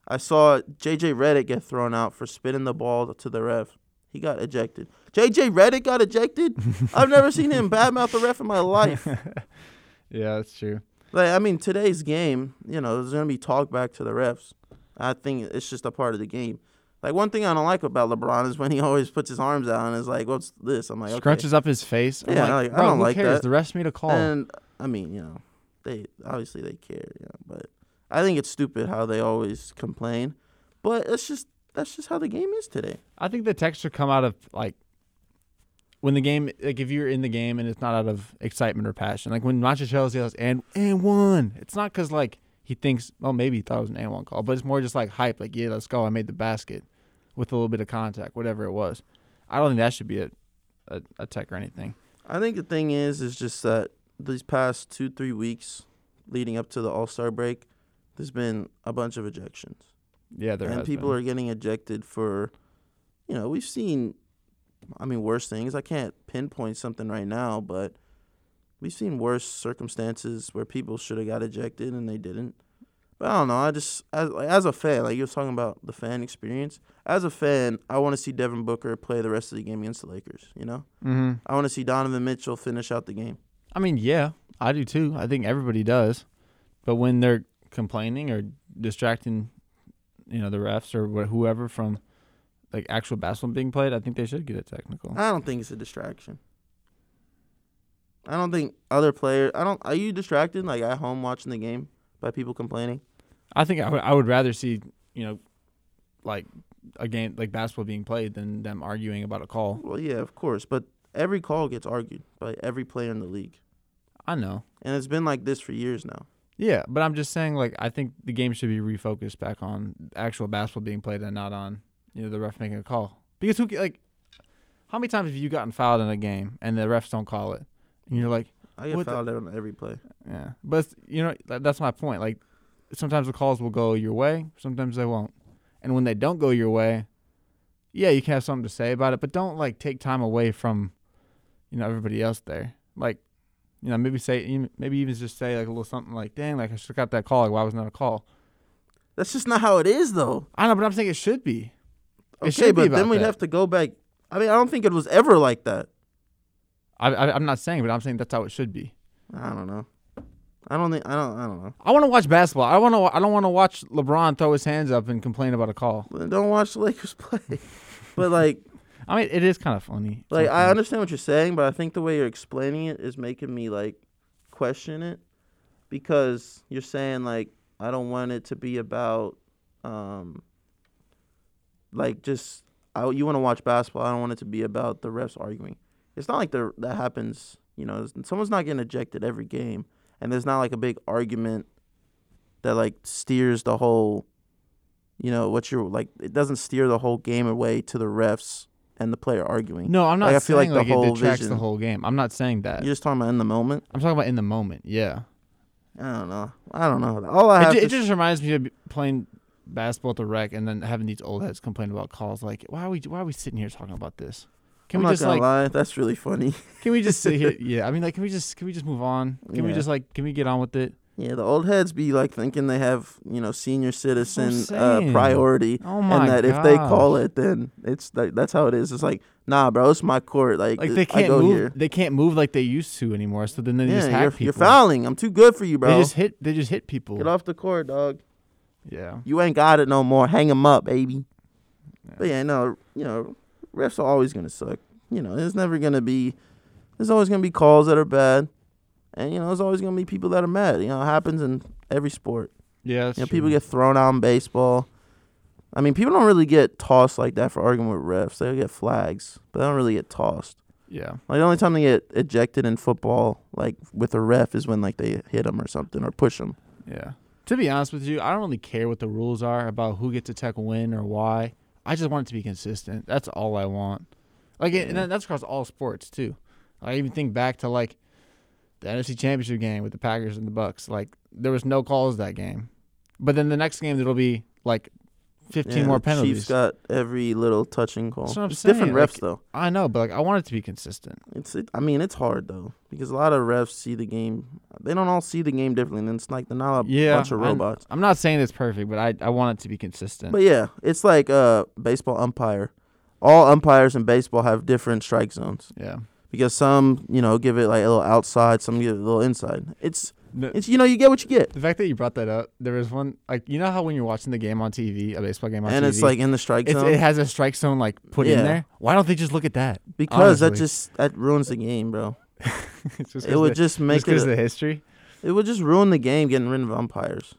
I saw JJ Reddick get thrown out for spinning the ball to the ref. He got ejected. JJ Reddick got ejected? I've never seen him badmouth the ref in my life. yeah, that's true. Like, I mean, today's game, you know, there's gonna be talk back to the refs. I think it's just a part of the game. Like one thing I don't like about LeBron is when he always puts his arms out and is like, "What's this?" I'm like, okay. Scrunches up his face. I'm Yeah, like, like, I "Bro, don't who like cares? that." The refs made a call. And I mean, you know, they obviously they care, you know, but I think it's stupid how they always complain. But it's just that's just how the game is today. I think the text should come out of like when the game, like if you're in the game and it's not out of excitement or passion. Like when Monticello yells and and one, it's not because like he thinks, well, maybe he thought it was an and one call, but it's more just like hype. Like yeah, let's go, I made the basket with a little bit of contact, whatever it was. I don't think that should be a a, a tech or anything. I think the thing is, is just that these past two, three weeks leading up to the All Star break, there's been a bunch of ejections. Yeah, there and has people been. are getting ejected for, you know, we've seen, I mean, worse things. I can't pinpoint something right now, but we've seen worse circumstances where people should have got ejected and they didn't. But I don't know. I just as like, as a fan, like you was talking about the fan experience. As a fan, I want to see Devin Booker play the rest of the game against the Lakers. You know, hmm I want to see Donovan Mitchell finish out the game. I mean, yeah, I do too. I think everybody does. But when they're complaining or distracting, you know, the refs or wh- whoever from like actual basketball being played, I think they should get a technical. I don't think it's a distraction. I don't think other players. I don't. Are you distracted like at home watching the game by people complaining? I think I would, I would rather see, you know, like a game like basketball being played than them arguing about a call. Well, yeah, of course, but every call gets argued by every player in the league, I know. and it's been like this for years now. Yeah, but I'm just saying like I think the game should be refocused back on actual basketball being played and not on, you know, the ref making a call. Because who ca- like how many times have you gotten fouled in a game and the refs don't call it? And you're like I get What the- fouled out on every play. Yeah, but it's- you know that, that's my point. Like sometimes the calls will go your way, sometimes they won't, and when they don't go your way, yeah, you can have something to say about it, but don't like take time away from you know everybody else there. Like you know maybe say you- maybe even just say like a little something like, "Dang, like I should have got that call. Like why wasn't that a call?" That's just not how it is, though. I don't know, but I'm saying it should be. It Okay, should be but then about we'd that. have to go back. I mean, I don't think it was ever like that. I, I I'm not saying, but I'm saying that's how it should be. I don't know. I don't think. I don't. I don't know. I want to watch basketball. I want to. I don't want to watch LeBron throw his hands up and complain about a call. Well, Don't watch the Lakers play. but like, I mean, it is kind of funny. Like I sometimes. understand what you're saying, but I think the way you're explaining it is making me like question it because you're saying like I don't want it to be about um like just I, you want to watch basketball. I don't want it to be about the refs arguing. It's not like the, that happens. You know, s- someone's not getting ejected every game, and there's not like a big argument that like steers the whole. You know what you're like. It doesn't steer the whole game away to the refs and the player arguing. No, I'm not Like, I saying feel like like, the it whole detracts vision- the whole game. I'm not saying that. You're just talking about in the moment. I'm talking about in the moment. Yeah, I don't know. I don't know. All I have it, ju- to it just reminds me of playing basketball at the rec and then having these old heads complain about calls. Like, why are we why are we sitting here talking about this? Can I'm we not just gonna like lie. That's really funny. can we just sit here? Yeah, I mean like can we just can we just move on? Can we Yeah. just like can we get on with it? Yeah, the old heads be like thinking they have you know senior citizen uh, saying. priority, Oh my and that if they gosh. call it, then it's like that's how it is. It's like nah, bro, it's my court. Like, like it- they I can't go move here. they can't move like they used to anymore. So then they just yeah, hack you're, people. you're fouling. I'm too good for you, bro. They just hit they just hit people. Get off the court, dog. Yeah. You ain't got it no more. Hang 'em up, baby. Yeah. But yeah, no, you know, refs are always gonna suck. You know, there's never gonna be there's always gonna be calls that are bad. And you know, there's always gonna be people that are mad. You know, it happens in every sport. Yeah, that's you know, true. people get thrown out in baseball. I mean, people don't really get tossed like that for arguing with refs. They get flags, but they don't really get tossed. yeah. Like the only time they get ejected in football, like with a ref, is when like they hit them or something or push them. Yeah. To be honest with you, I don't really care what the rules are about who gets to tech win or why. I just want it to be consistent. That's all I want. Like, it, and Yeah. that- that's across all sports too. I even think back to like the NFC Championship game with the Packers and the Bucks. Like, there was no calls that game, but then the next game there'll be like fifteen Yeah, more the Chiefs penalties. got every little touching call. That's what I'm it's saying, different like- refs though. I know, but like, I want it to be consistent. It's it, I mean it's hard though because a lot of refs see the game. They don't all see the game differently. And it's like they're not a Yeah, bunch of I'm- robots. I'm not saying it's perfect, but I I want it to be consistent. But yeah, it's like uh baseball umpire. All umpires in baseball have different strike zones yeah. because some you know give it like a little outside, some give it a little inside. It's No- it's you know you get what you get, The fact that you brought that up, there was one like you know how when you're watching the game on TV, a baseball game on TV, and it's like in the strike it's, zone it has a strike zone like put Yeah. in there. Why don't they just look at that? because that honestly. just that ruins the game, bro. It's just It would just make it. the history. It would just ruin the game getting rid of umpires.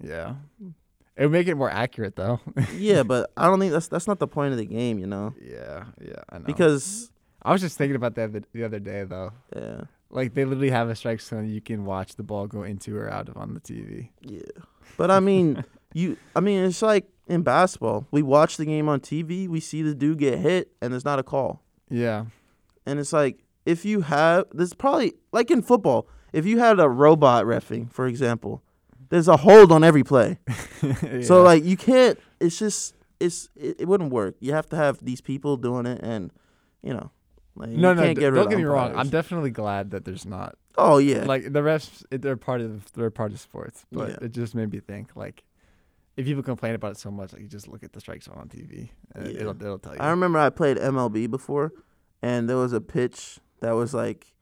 Yeah, it would make it more accurate though. yeah, but I don't think that's that's not the point of the game, you know. yeah, yeah, I know. Because I was just thinking about that the, the other day though. yeah, Like they literally have a strike zone you can watch the ball go into or out of on the TV. yeah. But I mean, you. I mean, it's like in basketball. We watch the game on TV. We see the dude get hit, and there's not a call. Yeah, And it's like if you have there's probably like in football. If you had a robot refing, for example, there's a hold on every play. So Yeah. like you can't. It's just it's it, it wouldn't work. You have to have these people doing it, and you know, like no, you no, can't d- get rid don't of get me wrong. I'm umpires. definitely glad that there's not oh yeah, like the refs it- they're part of they're part of sports but Yeah. it just made me think like if people complain about it so much like you just look at the strike zone on tv and it- Yeah. it'll, it'll tell you I remember I played MLB before, and there was a pitch that was like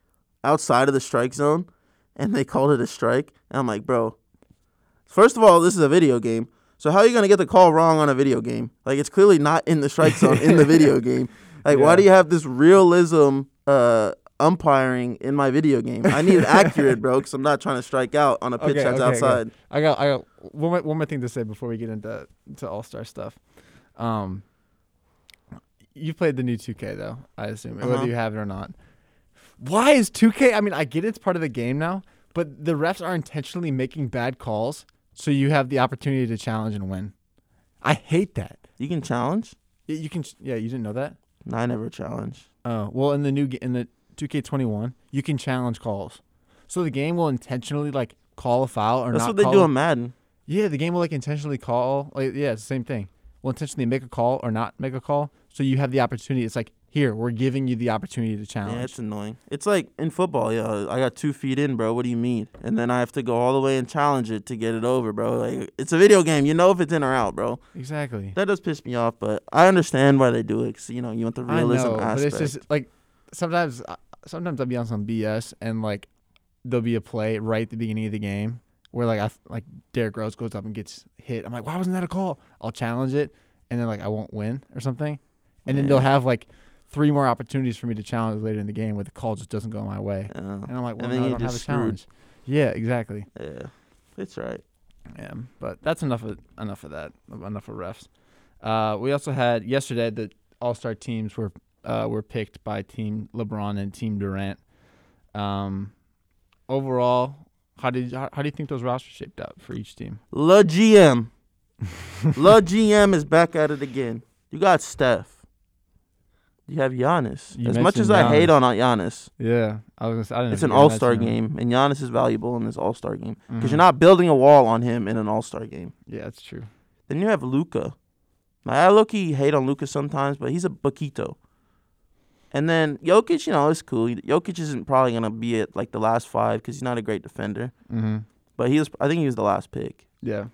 outside of the strike zone, and they called it a strike. And I'm like, bro, first of all, this is a video game. So how are you gonna get the call wrong on a video game? Like it's clearly not in the strike zone in the video game. Like Yeah. why do you have this realism uh, umpiring in my video game? I need it accurate, bro, because I'm not trying to strike out on a pitch Okay, that's okay, okay. outside. i got i got one more, one more thing to say before we get into to all-star stuff um you played the new 2k though i assume Uh-huh. whether you have it or not why is 2k i mean i get it's part of the game now but the refs are intentionally making bad calls so you have the opportunity to challenge and win i hate that You can challenge. Y- You can, ch- yeah, you didn't know that. No, I never challenge. Oh, well, in the new ga- in the 2K21, you can challenge calls. So the game will intentionally like call a foul or That's not. what they call do a- in Madden. yeah, the game will like intentionally call. Like, yeah, it's the same thing. Will intentionally make a call or not make a call, so you have the opportunity. It's like here, we're giving you the opportunity to Yeah, challenge. it's annoying. It's like in football, yo, I got two feet in, bro. What do you mean? And then I have to go all the way and challenge it to get it over, bro. Like it's a video game. You know if it's in or out, bro. exactly. That does piss me off, but I understand why they do it. Cause you know you want the realism I know, aspect. but it's just like sometimes, uh, sometimes I'll be on some BS and like there'll be a play right at the beginning of the game where like I like Derrick Rose goes up and gets hit. I'm like, why wasn't that a call? I'll challenge it, and then like I won't win or something, and then they'll Yeah. have like three more opportunities for me to challenge later in the game where the call just doesn't go my way, Yeah. and I'm like, Oh. well, And then no, I you're don't have a just screwed. challenge. Yeah, exactly. yeah, it's right. Yeah, but that's enough of enough of that. Enough of refs. Uh, we also had yesterday the All Star teams were uh, were picked by Team LeBron and Team Durant. Um, overall, how did how, how do you think those rosters shaped up for each team? La GM, La GM is back at it again. You got Steph. You have Giannis. You as much mentioned as I hate Giannis. on uh, Giannis, Yeah, I was. Gonna say, I didn't. it's an All Star game, and Giannis is valuable in this All Star game because because you're not building a wall on him in an All Star game. Mm-hmm. Yeah, that's true. Then you have Luca. I low key hate on Luca sometimes, but he's a Bakito. And then Jokic, you know, it's cool. Jokic isn't probably gonna be at like the last five because he's not a great defender. Mm-hmm. But he was, I think he was the last pick. Yeah,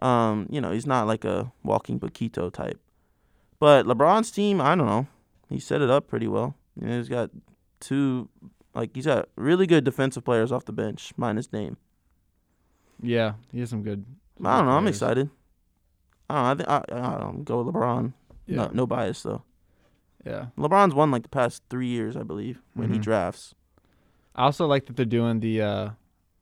Um, you know, he's not like a walking Bakito type. But LeBron's team, I don't know. He set it up pretty well. You know, he's got two, like he's got really good defensive players off the bench, minus Dame. yeah, he has some good. I don't know. I'm players. excited. I don't know. I think I, I don't know, go with LeBron. Yeah. No, no bias though. Yeah. LeBron's won like the past three years, I believe, when he Mhm. drafts. I also like that they're doing the uh,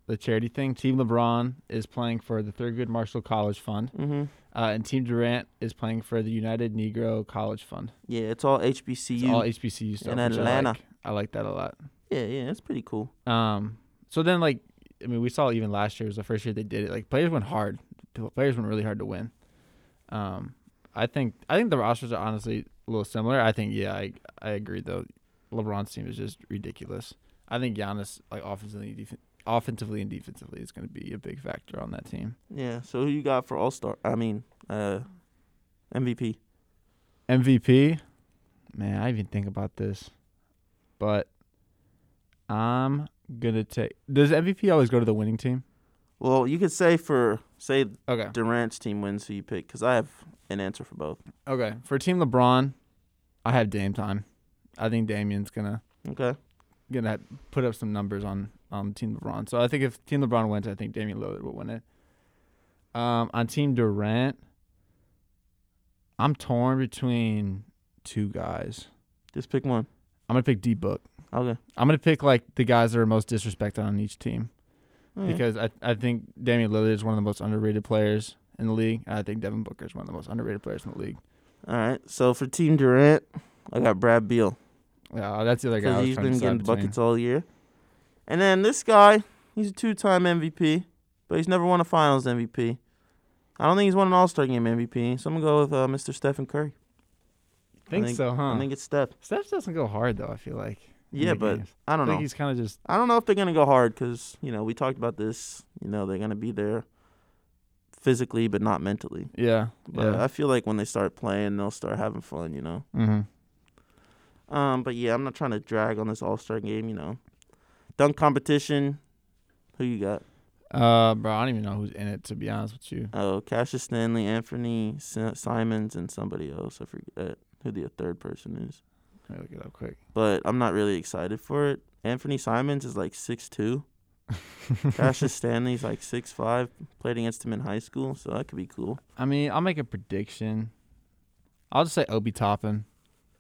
the charity thing. Team LeBron is playing for the Thurgood Marshall College Fund, Mm-hmm. uh, and Team Durant is playing for the United Negro College Fund. Yeah, it's all It's HBCU. all HBCU stuff. which I Atlanta. like. I like that a lot. yeah, yeah, that's pretty cool. Um, so then like, I mean, we saw even last year was the first year they did it. Like players went hard. Players went really hard to win. Um, I think I think the rosters are honestly a little similar. I think yeah, I I agree though. LeBron's team is just ridiculous. I think Giannis like offensively, def- offensively and defensively is going to be a big factor on that team. Yeah. So who you got for All Star? I mean, uh, MVP. MVP, man, I even think about this, but I'm gonna take. Does MVP always go to the winning team? Well, you could say for say Okay. Durant's team wins who you pick because I have an answer for both. Okay, for Team LeBron, I have Dame time. I think Damian's gonna Okay. gonna put up some numbers on on Team LeBron. So I think if Team LeBron wins, I think Damian Lillard will win it. Um, on Team Durant, I'm torn between two guys. Just pick one. I'm gonna pick D Book. Okay. I'm gonna pick like the guys that are most disrespected on each team Okay. because I I think Damian Lillard is one of the most underrated players in the league. And I think Devin Booker is one of the most underrated players in the league. All right. So for Team Durant, I got Brad Beal Yeah, that's the other guy. I because was he's trying to been decide getting between. buckets all year. And then this guy, he's a two-time MVP, but he's never won a Finals MVP. I don't think he's won an All Star Game MVP. So I'm gonna go with uh, Mr. Stephen Curry. Think, think- so, huh? I think it's Steph. Steph doesn't go hard though. I feel like. in Yeah, the but games. I I don't think know. he's kind of just I don't know if they're gonna go hard because you know we talked about this. You know they're gonna be there physically, but not mentally. yeah, But yeah. I feel like when they start playing, they'll start having fun. You know. hmm Um. But yeah, I'm not trying to drag on this All Star game. You know, dunk competition. Who you got? Uh, bro, I don't even know who's in it to be honest with you. Oh, Cassius Stanley, Anthony Si- Simons, and somebody else. I forget who the third person is. Let me look it up quick. But I'm not really excited for it. Anthony Simons is like six two. Cassius Stanley's like six five. Played against him in high school, so that could be cool. I mean, I'll make a prediction. I'll just say Obi Toppin.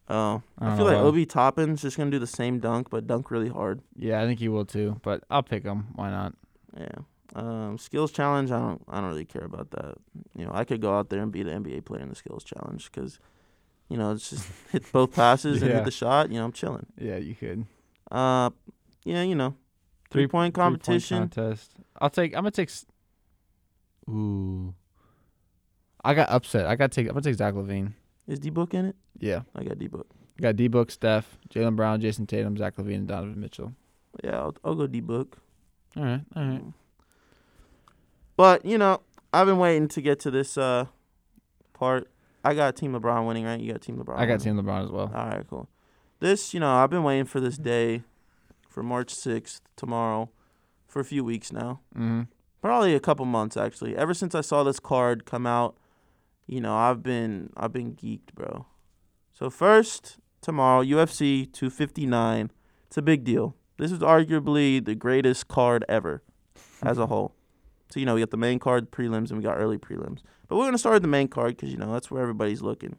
Oh, don't I feel know like why. Obi Toppin's just gonna do the same dunk, but dunk really hard. Yeah, I think he will too. But I'll pick him. Why not? Yeah. Um, skills challenge. I don't. I don't really care about that. You know, I could go out there and beat an NBA player in the skills challenge because, you know, it's just hit both passes and Yeah. hit the shot. You know, I'm chilling. Yeah, you could. Uh, yeah, you know, Three- three point competition. Three-point contest. I'll take. I'm gonna take. s- Ooh. I got upset. I got to take. I'm gonna take Zach Levine. Is D Book in it? Yeah, I got D Book. got D Book, Steph, Jalen Brown, Jason Tatum, Zach Levine, and Donovan Mitchell. Yeah, I'll, I'll go D Book. All right, all right. But you know, I've been waiting to get to this uh part. I got Team LeBron winning, right? You got Team LeBron. I got winning. Team LeBron as well. All right, cool. This, you know, I've been waiting for this day for March 6th, tomorrow, for a few weeks now. Mm-hmm. Probably a couple months actually. Ever since I saw this card come out, you know, I've been I've been geeked, bro. So first, tomorrow, UFC 259. It's a big deal. This is arguably the greatest card ever as a whole. So, you know, we got the main card, prelims, and we got early prelims. But we're going to start with the main card because, you know, that's where everybody's looking.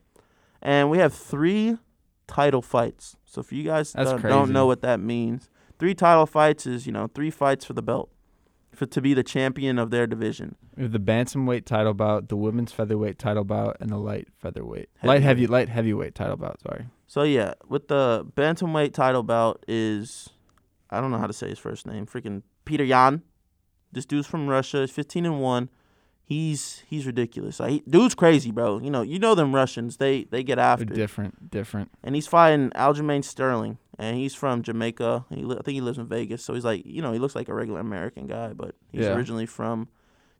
And we have three title fights. So, for you guys That's that don't crazy. know what that means, three title fights is, you know, three fights for the belt for to be the champion of their division. We have the bantamweight title bout, the women's featherweight title bout, and the light featherweight, light heavy, Heavyweight. light heavyweight title bout. Sorry, So, yeah, with the bantamweight title bout is, I don't know how to say his first name, freaking Peter Yan. This dude's from Russia. He's 15 and 1. He's he's ridiculous. Like, he- dude's crazy, bro. You know, you know them Russians. They they get after. They're it. different, different. and he's fighting Aljamain Sterling, and he's from Jamaica. He li- I think he lives in Vegas, so he's like, you know, he looks like a regular American guy, but he's Yeah. originally from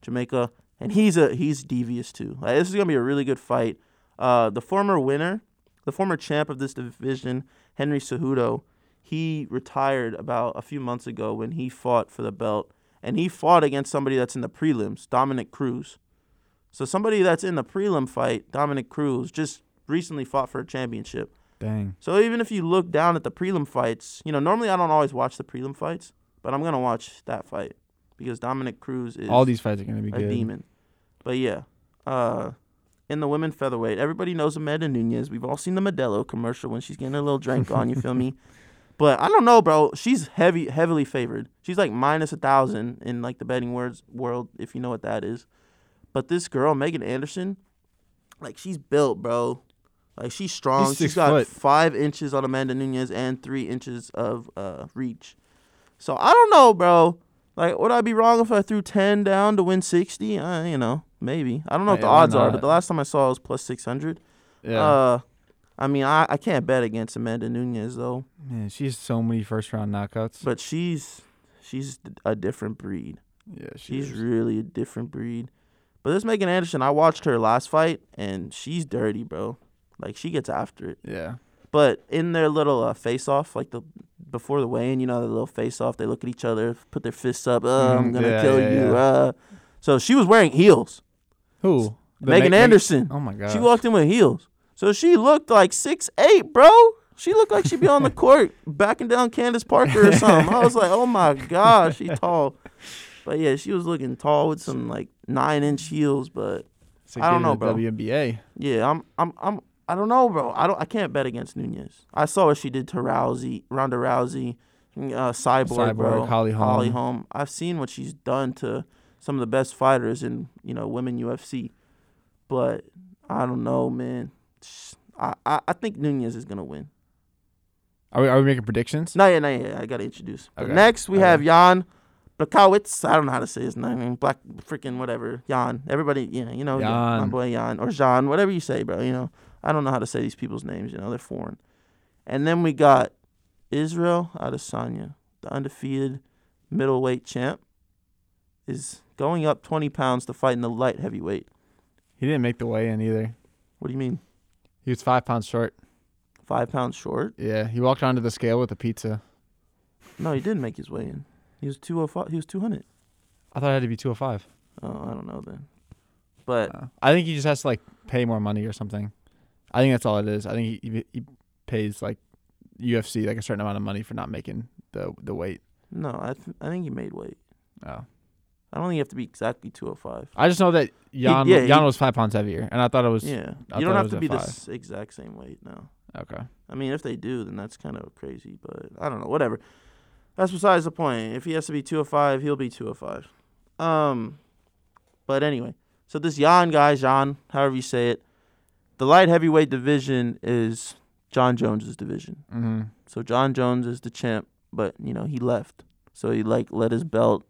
Jamaica, and he's a he's devious too. Like, this is gonna be a really good fight. Uh, the former winner, the former champ of this division, Henry Cejudo, he retired about a few months ago when he fought for the belt, and he fought against somebody that's in the prelims, Dominic Cruz. So somebody that's in the prelim fight, Dominic Cruz, just recently fought for a championship. Dang. So even if you look down at the prelim fights, you know, normally I don't always watch the prelim fights, but I'm gonna watch that fight because Dominic Cruz is All these fights are gonna be a good. demon. But yeah, uh, in the women featherweight. Everybody knows Amanda Nunez. We've all seen the Modelo commercial when she's getting a little drink on. You feel me? But I don't know, bro. She's heavy, heavily favored. She's like minus a thousand in like the betting words world, if you know what that is. But this girl, Megan Anderson, like she's built, bro. Like she's strong. She's she's six got foot. five inches on Amanda Nunez and three inches of uh, reach. So I don't know, bro. Like, would I be wrong if I threw ten down to win sixty? Uh, you know, maybe. I don't know what Hey, the why odds are, not? but the last time I saw it was plus six hundred. Yeah. Uh, I mean, I, I can't bet against Amanda Nunez though, Man, she has so many first round knockouts. but she's she's a different breed. yeah, she She's is. really a different breed. But this Megan Anderson, I watched her last fight, and she's dirty, bro. Like she gets after it. yeah. But in their little uh, face-off, like the before the weigh-in, you know, the little face-off, they look at each other, put their fists up. Uh, I'm Mhm, gonna yeah, kill yeah, you. yeah. Uh, so she was wearing heels. Who? The Megan Ma- Ma- Anderson. Oh my god. She walked in with heels. So she looked like six eight, bro. She looked like she'd be on the court backing down Candace Parker or something. I was like, oh my gosh, she tall. But yeah, she was looking tall with some like nine inch heels. But It's a I don't kid know, in the bro. WNBA. yeah, I'm I'm I'm I don't know, bro. I don't I can't bet against Nunez. I saw what she did to Rousey, Ronda Rousey, uh, Cyborg, Cyborg, bro, Holly Holm. Holm. I've seen what she's done to some of the best fighters in you know women UFC, but I don't know, man. Sh- I I, I think Nunez is gonna win. Are we, are we making predictions? Not yet, not yet. I gotta introduce. But Okay. next we Okay. have Jan Blakowicz. I don't know how to say his name. Black freaking whatever. Jan. Everybody, yeah, you know, my Jan. boy Jan or Jean, whatever you say, bro. You know, I don't know how to say these people's names. You know, they're foreign. And then we got Israel Adesanya, the undefeated middleweight champ, is going up 20 pounds to fight in the light heavyweight. He didn't make the weigh in either. What do you mean? He was five pounds short. Five pounds short? Yeah, he walked onto the scale with a pizza. No, he didn't make his way in. He was 205. He was 200. I thought it had to be 205. Oh, I don't know then. But Uh, I think he just has to like pay more money or something. I think that's all it is. I think he, he, he pays like UFC like a certain amount of money for not making the the weight. No, I th- I think he made weight. Oh. I don't think you have to be exactly 205. I just know that Jan yeah, Jan he- was five pounds heavier, and I thought it was yeah, I you don't thought it have was to at be the five. s- exact same weight. No, okay. I mean if they do, then that's kind of crazy. But I don't know. Whatever. That's besides the point. If he has to be 205, he'll be 205. Um, but anyway, so this Jan guy, Jan, however you say it, the light heavyweight division is John Jones's division. Mm-hmm. So John Jones is the champ, but you know he left. So he like let his belt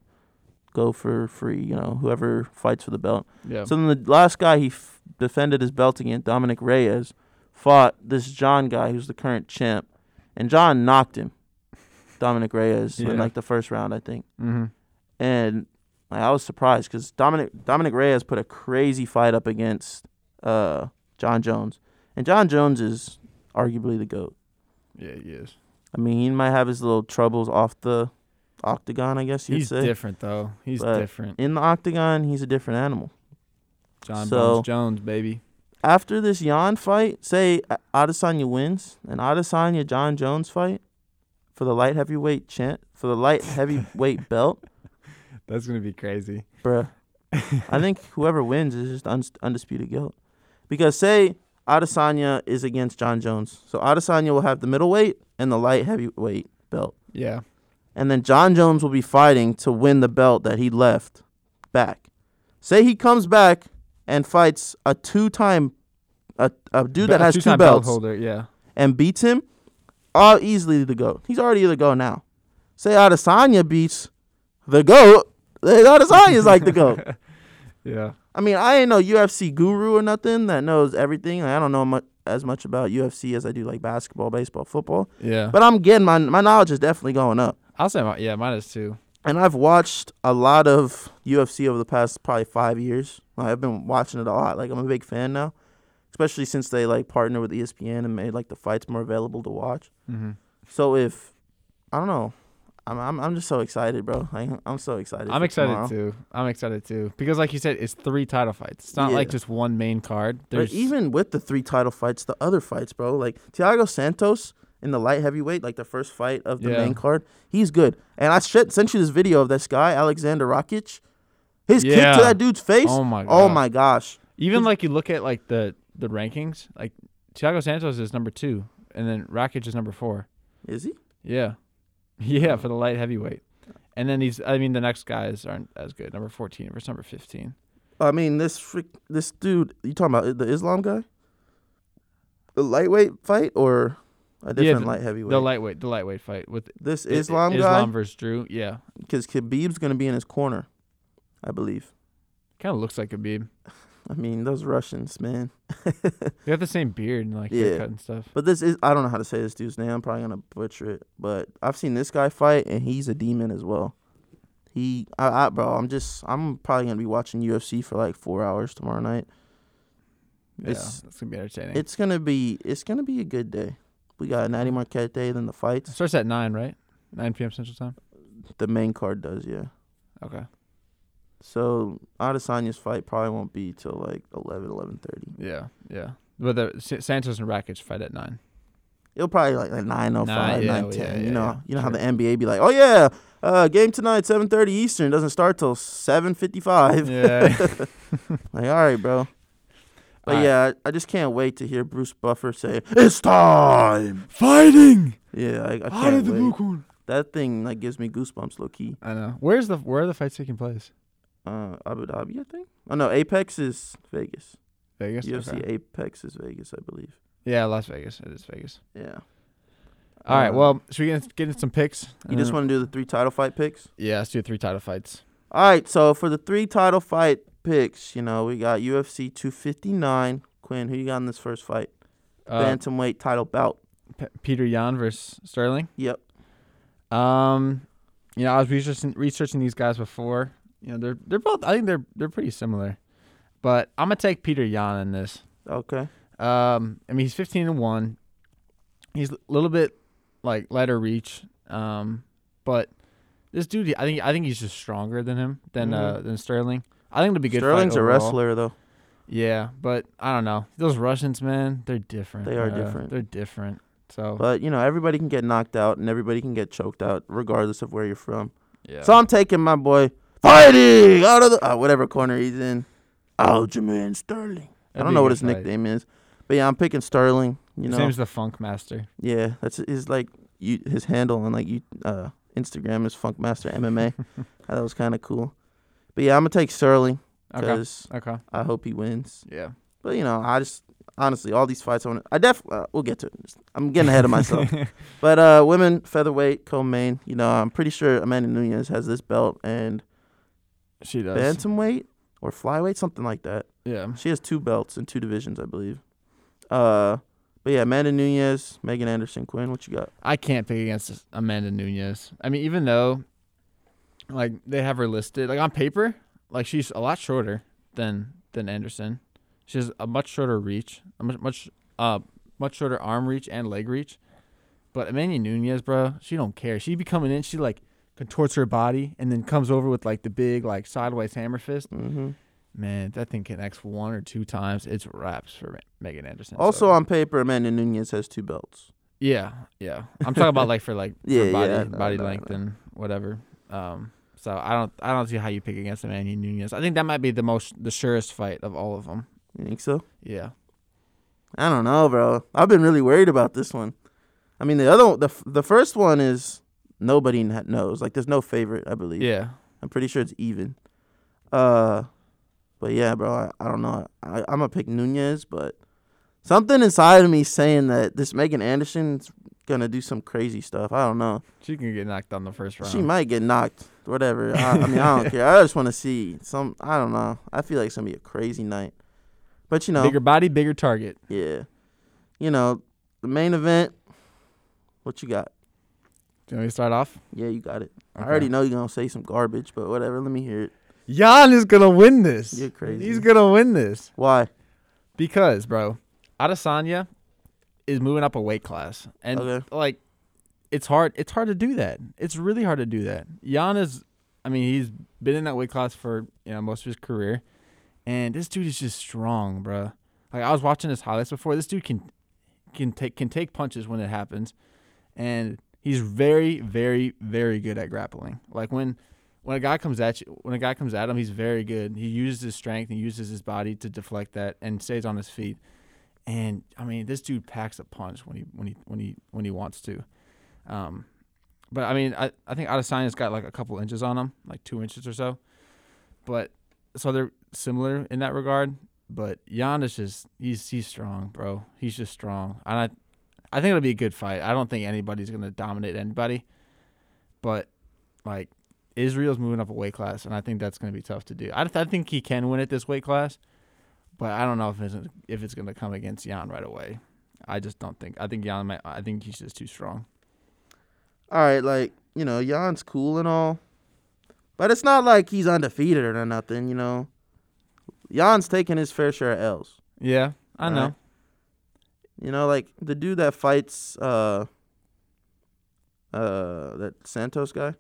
go for free. You know whoever fights for the belt. Yeah. So then the last guy he f- defended his belt against, Dominic Reyes, fought this John guy who's the current champ, and John knocked him, Dominic Reyes, in Yeah. like the first round, I think. mm-hmm. And like, I was surprised because Dominic Dominic Reyes put a crazy fight up against uh, John Jones, and John Jones is arguably the goat. Yeah, he is. I mean, he might have his little troubles off the octagon, I guess you'd He's say. different though. He's But- different. In the octagon, he's a different animal. John so- Bones Jones, baby. After this Jan fight, say A- Adesanya wins, an Adesanya John Jones fight for the light heavyweight champ for the light heavyweight belt, That's gonna be crazy. bruh. I think whoever wins is just uns undisputed guilt. Because say Adesanya is against John Jones, so Adesanya will have the middleweight and the light heavyweight belt. Yeah. and then John Jones will be fighting to win the belt that he left back. Say he comes back and fights a two-time a, a dude Be- that a has two two-time belt belts holder. Yeah. and beats him, all easily the goat. He's already the goat now. Say Adesanya beats the goat, then Adesanya's like the goat. Yeah. I mean, I ain't no UFC guru or nothing that knows everything. I don't know much, as much about UFC as I do like basketball, baseball, football. Yeah. But I'm getting my my knowledge is definitely going up. I'll say my, yeah, mine is two. and I've watched a lot of UFC over the past probably five years. Like, I've been watching it a lot. Like I'm a big fan now, especially since they like partner with E ESPN and made like the fights more available to watch. Mm-hmm. So if I don't know, I'm I'm, I'm just so excited, bro. Like, I'm so excited. I'm for excited tomorrow. too. I'm excited too because, like you said, it's three title fights. It's not like Yeah. just one main card. But There's even with the three title fights, the other fights, bro, like Thiago Santos in the light heavyweight, like the first fight of the Yeah. main card, he's good. And I sent sent you this video of this guy, Alexander Rakic. His kick Yeah. to that dude's face. Oh my Oh God. my gosh. Even 'Cause- like you look at like the the rankings, like Thiago Santos is number two, and then Rakic is number four. Is he? Yeah, yeah, for the light heavyweight. And then these, I mean, the next guys aren't as good. Number fourteen versus number fifteen. I mean, this freak, this dude. You talking about uh, the Islam guy? The lightweight fight or a different the- light heavyweight? The lightweight, the lightweight fight with this I- I- Islam, Islam guy, versus Drew. Yeah, because Khabib's gonna be in his corner, I believe. kind of looks like Khabib. I mean, those Russians, man. They have the same beard and like Yeah. haircut and stuff. But this is I don't know how to say this dude's name. I'm probably gonna butcher it. But I've seen this guy fight and he's a demon as well. He I, I bro, I'm just I'm probably gonna be watching UFC for like four hours tomorrow night. Yeah, It's- that's gonna be entertaining. It It's gonna be it's gonna be a good day. We got Natty Marquette day, then the fights. starts at nine, right? Nine p.m. Central Time. The main card does, yeah. Okay. So Adesanya's fight probably won't be till like 11, 11.30. Yeah, yeah. But the S- Santos and Rakic fight at nine. It'll probably like, oh like 9.05, Nah, yeah, well, 9.10. yeah, you yeah, know, yeah, you know how sure. the NBA be like, oh yeah, uh, game tonight, 7.30 Eastern. Doesn't start till 7.55. Yeah. Like, all right, bro. But All yeah, I, I just can't wait to hear Bruce Buffer say, "It's time." Fighting Yeah, I, I can't out of the wait. blue corner. That thing like gives me goosebumps, low key. I know. Where's the where are the fights taking place? Uh, Abu Dhabi, I think. Oh no, Apex is Vegas. Vegas. UFC Okay. Apex is Vegas, I believe. Yeah, Las Vegas. It is Vegas. Yeah. All right. Uh, Well, should we get, get in some picks? You just Uh, want to do the three title fight picks? Yeah, let's do three title fights. All right, so for the three title fight picks, you know we got UFC 259. Quinn, who you got in this first fight? Uh, Bantamweight title bout. P- Peter Yan versus Sterling. Yep. Um, you know, I was researching researching these guys before. You know, they're they're both. I think they're they're pretty similar, but I'm gonna take Peter Yan in this. Okay. Um, I mean, he's 15 and one. He's a little bit like lighter reach. Um, but this dude, I think, I think he's just stronger than him than uh Mhm. than Sterling. I think it'll be a good. fight Sterling's a overall. wrestler though. Yeah, but I don't know. Those Russians, man, they're different. They are uh, different. They're different. So But you know, everybody can get knocked out and everybody can get choked out, regardless of where you're from. yeah. So I'm taking my boy fighting out of the uh, whatever corner he's in. Aljamain Sterling. I That'd don't be know a what good his fight. nickname is, but yeah, I'm picking Sterling. You His know, name's the Funk Master. yeah, that's his like you, his handle on like you uh, Instagram is Funkmaster MMA. I thought it was kind of cool. But yeah, I'm gonna take Sterling Okay. because Okay. I hope he wins. Yeah. But you know, I just honestly all these fights I want. I def uh, we'll get to it. I'm getting ahead of myself. But uh, women featherweight co-main, you know, I'm pretty sure Amanda Nunez has this belt and she does. bantamweight or flyweight, something like that. Yeah. She has two belts in two divisions, I believe. Uh, but yeah, Amanda Nunez, Megan Anderson, Quinn, what you got? I can't pick against Amanda Nunez. I mean, even though like they have her listed, like on paper, like she's a lot shorter than than Anderson. She has a much shorter reach, a much much uh much shorter arm reach and leg reach. But Amanda Nunez, bro, she don't care. She be coming in, she like contorts her body and then comes over with like the big like sideways hammer fist. Mm-hmm. Man, if that thing connects one or two times, it's wraps for Megan Anderson. So- Also on paper, Amanda Nunez has two belts. yeah, yeah. I'm talking about like for like Yeah, for body yeah, no, body no, length no. and whatever. Um, so I don't I don't see how you pick against Amanda Nunez. I think that might be the most the surest fight of all of them. You think so? Yeah, I don't know, bro. I've been really worried about this one. I mean, the other one- the f- the first one is nobody kn- knows. Like, there's no favorite, I believe. yeah. I'm pretty sure it's even. Uh, but yeah, bro, I, I don't know. I, I'm gonna pick Nunez, but something inside of me saying that this Megan Anderson's gonna do some crazy stuff. I don't know. She can get knocked on the first round. She might get knocked. Whatever. I, I mean, I don't care. I just want to see some. I don't know. I feel like it's gonna be a crazy night. But you know, Bigger body, bigger target. yeah, you know, the main event. What you got? Do you want me to start off? Yeah, you got it. I Okay. already know you're gonna say some garbage, but whatever. Let me hear it. Jan is gonna win this. You're crazy. He's gonna win this Why? because, bro, Adesanya is moving up a weight class, and Okay. like it's hard it's hard to do that. It's really hard to do that. Jan is I mean, he's been in that weight class for, you know, most of his career. And this dude is just strong, bruh. Like I was watching his highlights before. This dude can can take can take punches when it happens. And he's very, very, very good at grappling. Like when when a guy comes at you, when a guy comes at him, he's very good. He uses his strength and uses his body to deflect that and stays on his feet. And I mean, this dude packs a punch when he when he when he when he wants to. Um, but I mean, I I think Adesanya's got like a couple inches on him, like two inches or so. But so they're similar in that regard. But Giannis is he's he's strong, bro. He's just strong, and I I think it'll be a good fight. I don't think anybody's gonna dominate anybody, but like Israel's moving up a weight class, and I think that's going to be tough to do. I, th- I think he can win at this weight class, but I don't know if it's if it's going to come against Jan right away. I just don't think. I think Jan might. I think he's just too strong. All right, like you know, Jan's cool and all, but it's not like he's undefeated or nothing. You know, Jan's taking his fair share of L's. Yeah, I All know. right. You know, like the dude that fights uh uh that Santos guy.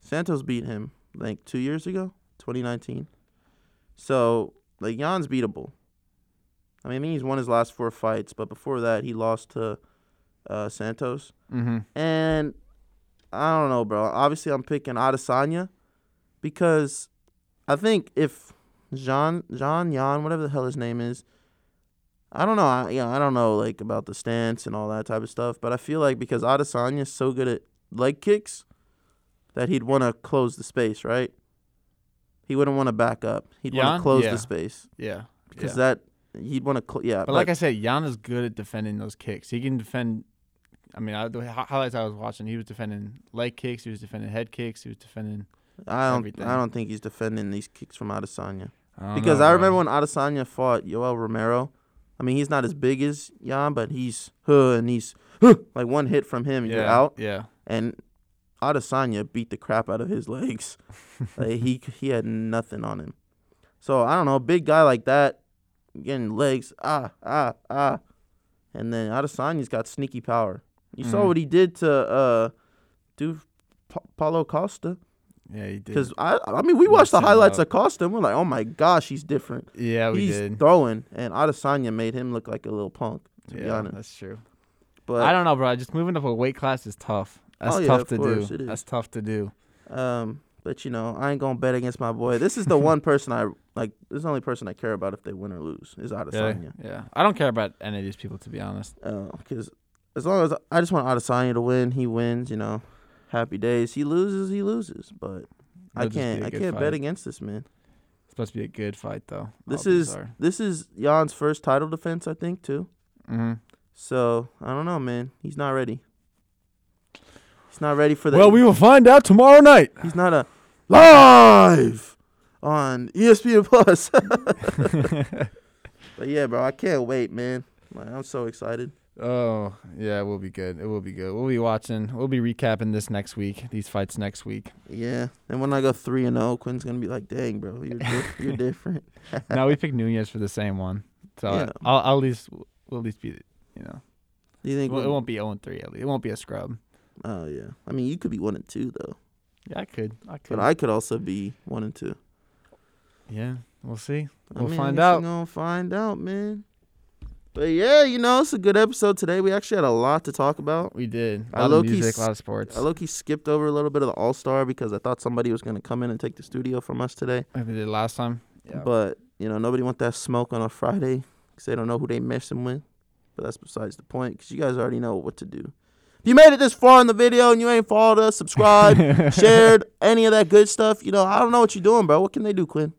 Santos beat him like two years ago, twenty nineteen. So like Jan's beatable. I mean I think he's won his last four fights, but before that he lost to uh Santos. Mm-hmm. And I don't know, bro. Obviously, I'm picking Adesanya because I think if Jean Jean Yan, whatever the hell his name is, I don't know. I, yeah, I don't know like about the stance and all that type of stuff. But I feel like because Adesanya's so good at leg kicks, that he'd want to close the space, right? He wouldn't want to back up. He'd want Yan? to close Yeah. the space Yeah, because yeah. that he'd want to. Cl- yeah, but, like I said, Jan is good at defending those kicks. He can defend. I mean, I, the hi- highlights I was watching, he was defending leg kicks. He was defending head kicks. He was defending. I don't. everything. I don't think he's defending these kicks from Adesanya. I don't Because know, I bro. remember when Adesanya fought Yoel Romero. I mean, he's not as big as Jan, but he's huh, and he's huh, like one hit from him, yeah, you're out. Yeah, And Adesanya beat the crap out of his legs. like he he had nothing on him. So I don't know, a big guy like that, getting legs, ah ah ah, and then Adesanya's got sneaky power. You saw Mhm. what he did to uh, do pa- Paulo Costa yeah, he did. because I I mean we watched the Messed him highlights up. of Costa and we're like, oh my gosh, he's different yeah, we he's did. throwing, and Adesanya made him look like a little punk. To be yeah, honest, that's true. I but don't know, bro. Just moving up a weight class is tough. That's Oh, yeah, tough of to course do. it is. That's tough to do. um, but you know, I ain't gonna bet against my boy. This is the one person I like. This is the only person I care about if they win or lose is Yeah, Adesanya, yeah. I don't care about any of these people, to be honest. because as long as I just want Adesanya to win, he wins. You know, happy days. He loses, he loses. But I It'll just be can't, a I good can't fight. bet against this man. It's supposed to be a good fight, though. This is this is Jan's first title defense, I think, too. hmm So I don't know, man. He's not ready. He's not ready for that. Well, we will find out tomorrow night. He's not a live on E ESPN Plus. but yeah, bro, I can't wait, man. Like, I'm so excited. Oh, yeah, it will be good. It will be good. We'll be watching. We'll be recapping this next week. These fights next week. Yeah, and when I go three and zero, Quinn's gonna be like, "Dang, bro, you're di- you're different." now we picked Nunez for the same one, so Yeah. I'll, I'll at least we'll at least be you know Do you it think? won't, it we'll- won't be zero and three at least. It won't be a scrub. Oh yeah, I mean, you could be one and two though, Yeah, I could. I could. but I could also be one and two. yeah, we'll see. I We'll mean, I find guess out. We're gonna find out, man. But yeah, you know, it's a good episode today. We actually had a lot to talk about. We did. Oh. I A lot of low-key music, s- a lot of sports. I low key skipped over a little bit of the All Star because I thought somebody was gonna come in and take the studio from us today. like we did last time. Yeah. But you know, nobody want that smoke on a Friday because they don't know who they messing with. But that's besides the point because you guys already know what to do. If you made it this far in the video and you ain't followed us, subscribed, shared, any of that good stuff, you know, I don't know what you're doing, bro. What can they do, Quinn?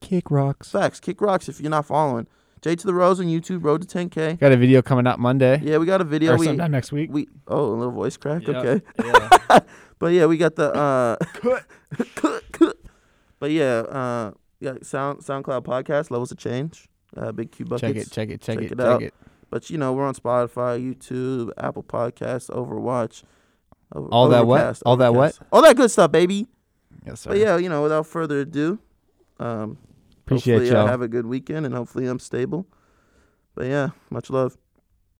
Kick rocks. Facts, kick rocks if you're not following. J to the Rose on YouTube, Road to 10K. Got a video coming out Monday Yeah, we got a video. or We, sometime next week. we oh, a little voice crack. Yeah. Okay. yeah. But yeah, we got the uh But yeah, uh we got Sound SoundCloud podcast, Levels of Change, uh Big Q Buckets. Check it. Check it. Check, Check it. it check out. it. But you know, we're on Spotify, YouTube, Apple Podcasts, Overwatch. Over- All that what? Overcast, All that what? Overcast. All that good stuff, baby. Yes, sir. But yeah, you know, without further ado, um Appreciate hopefully I y'all. have a good weekend and hopefully I'm stable. But yeah, much love.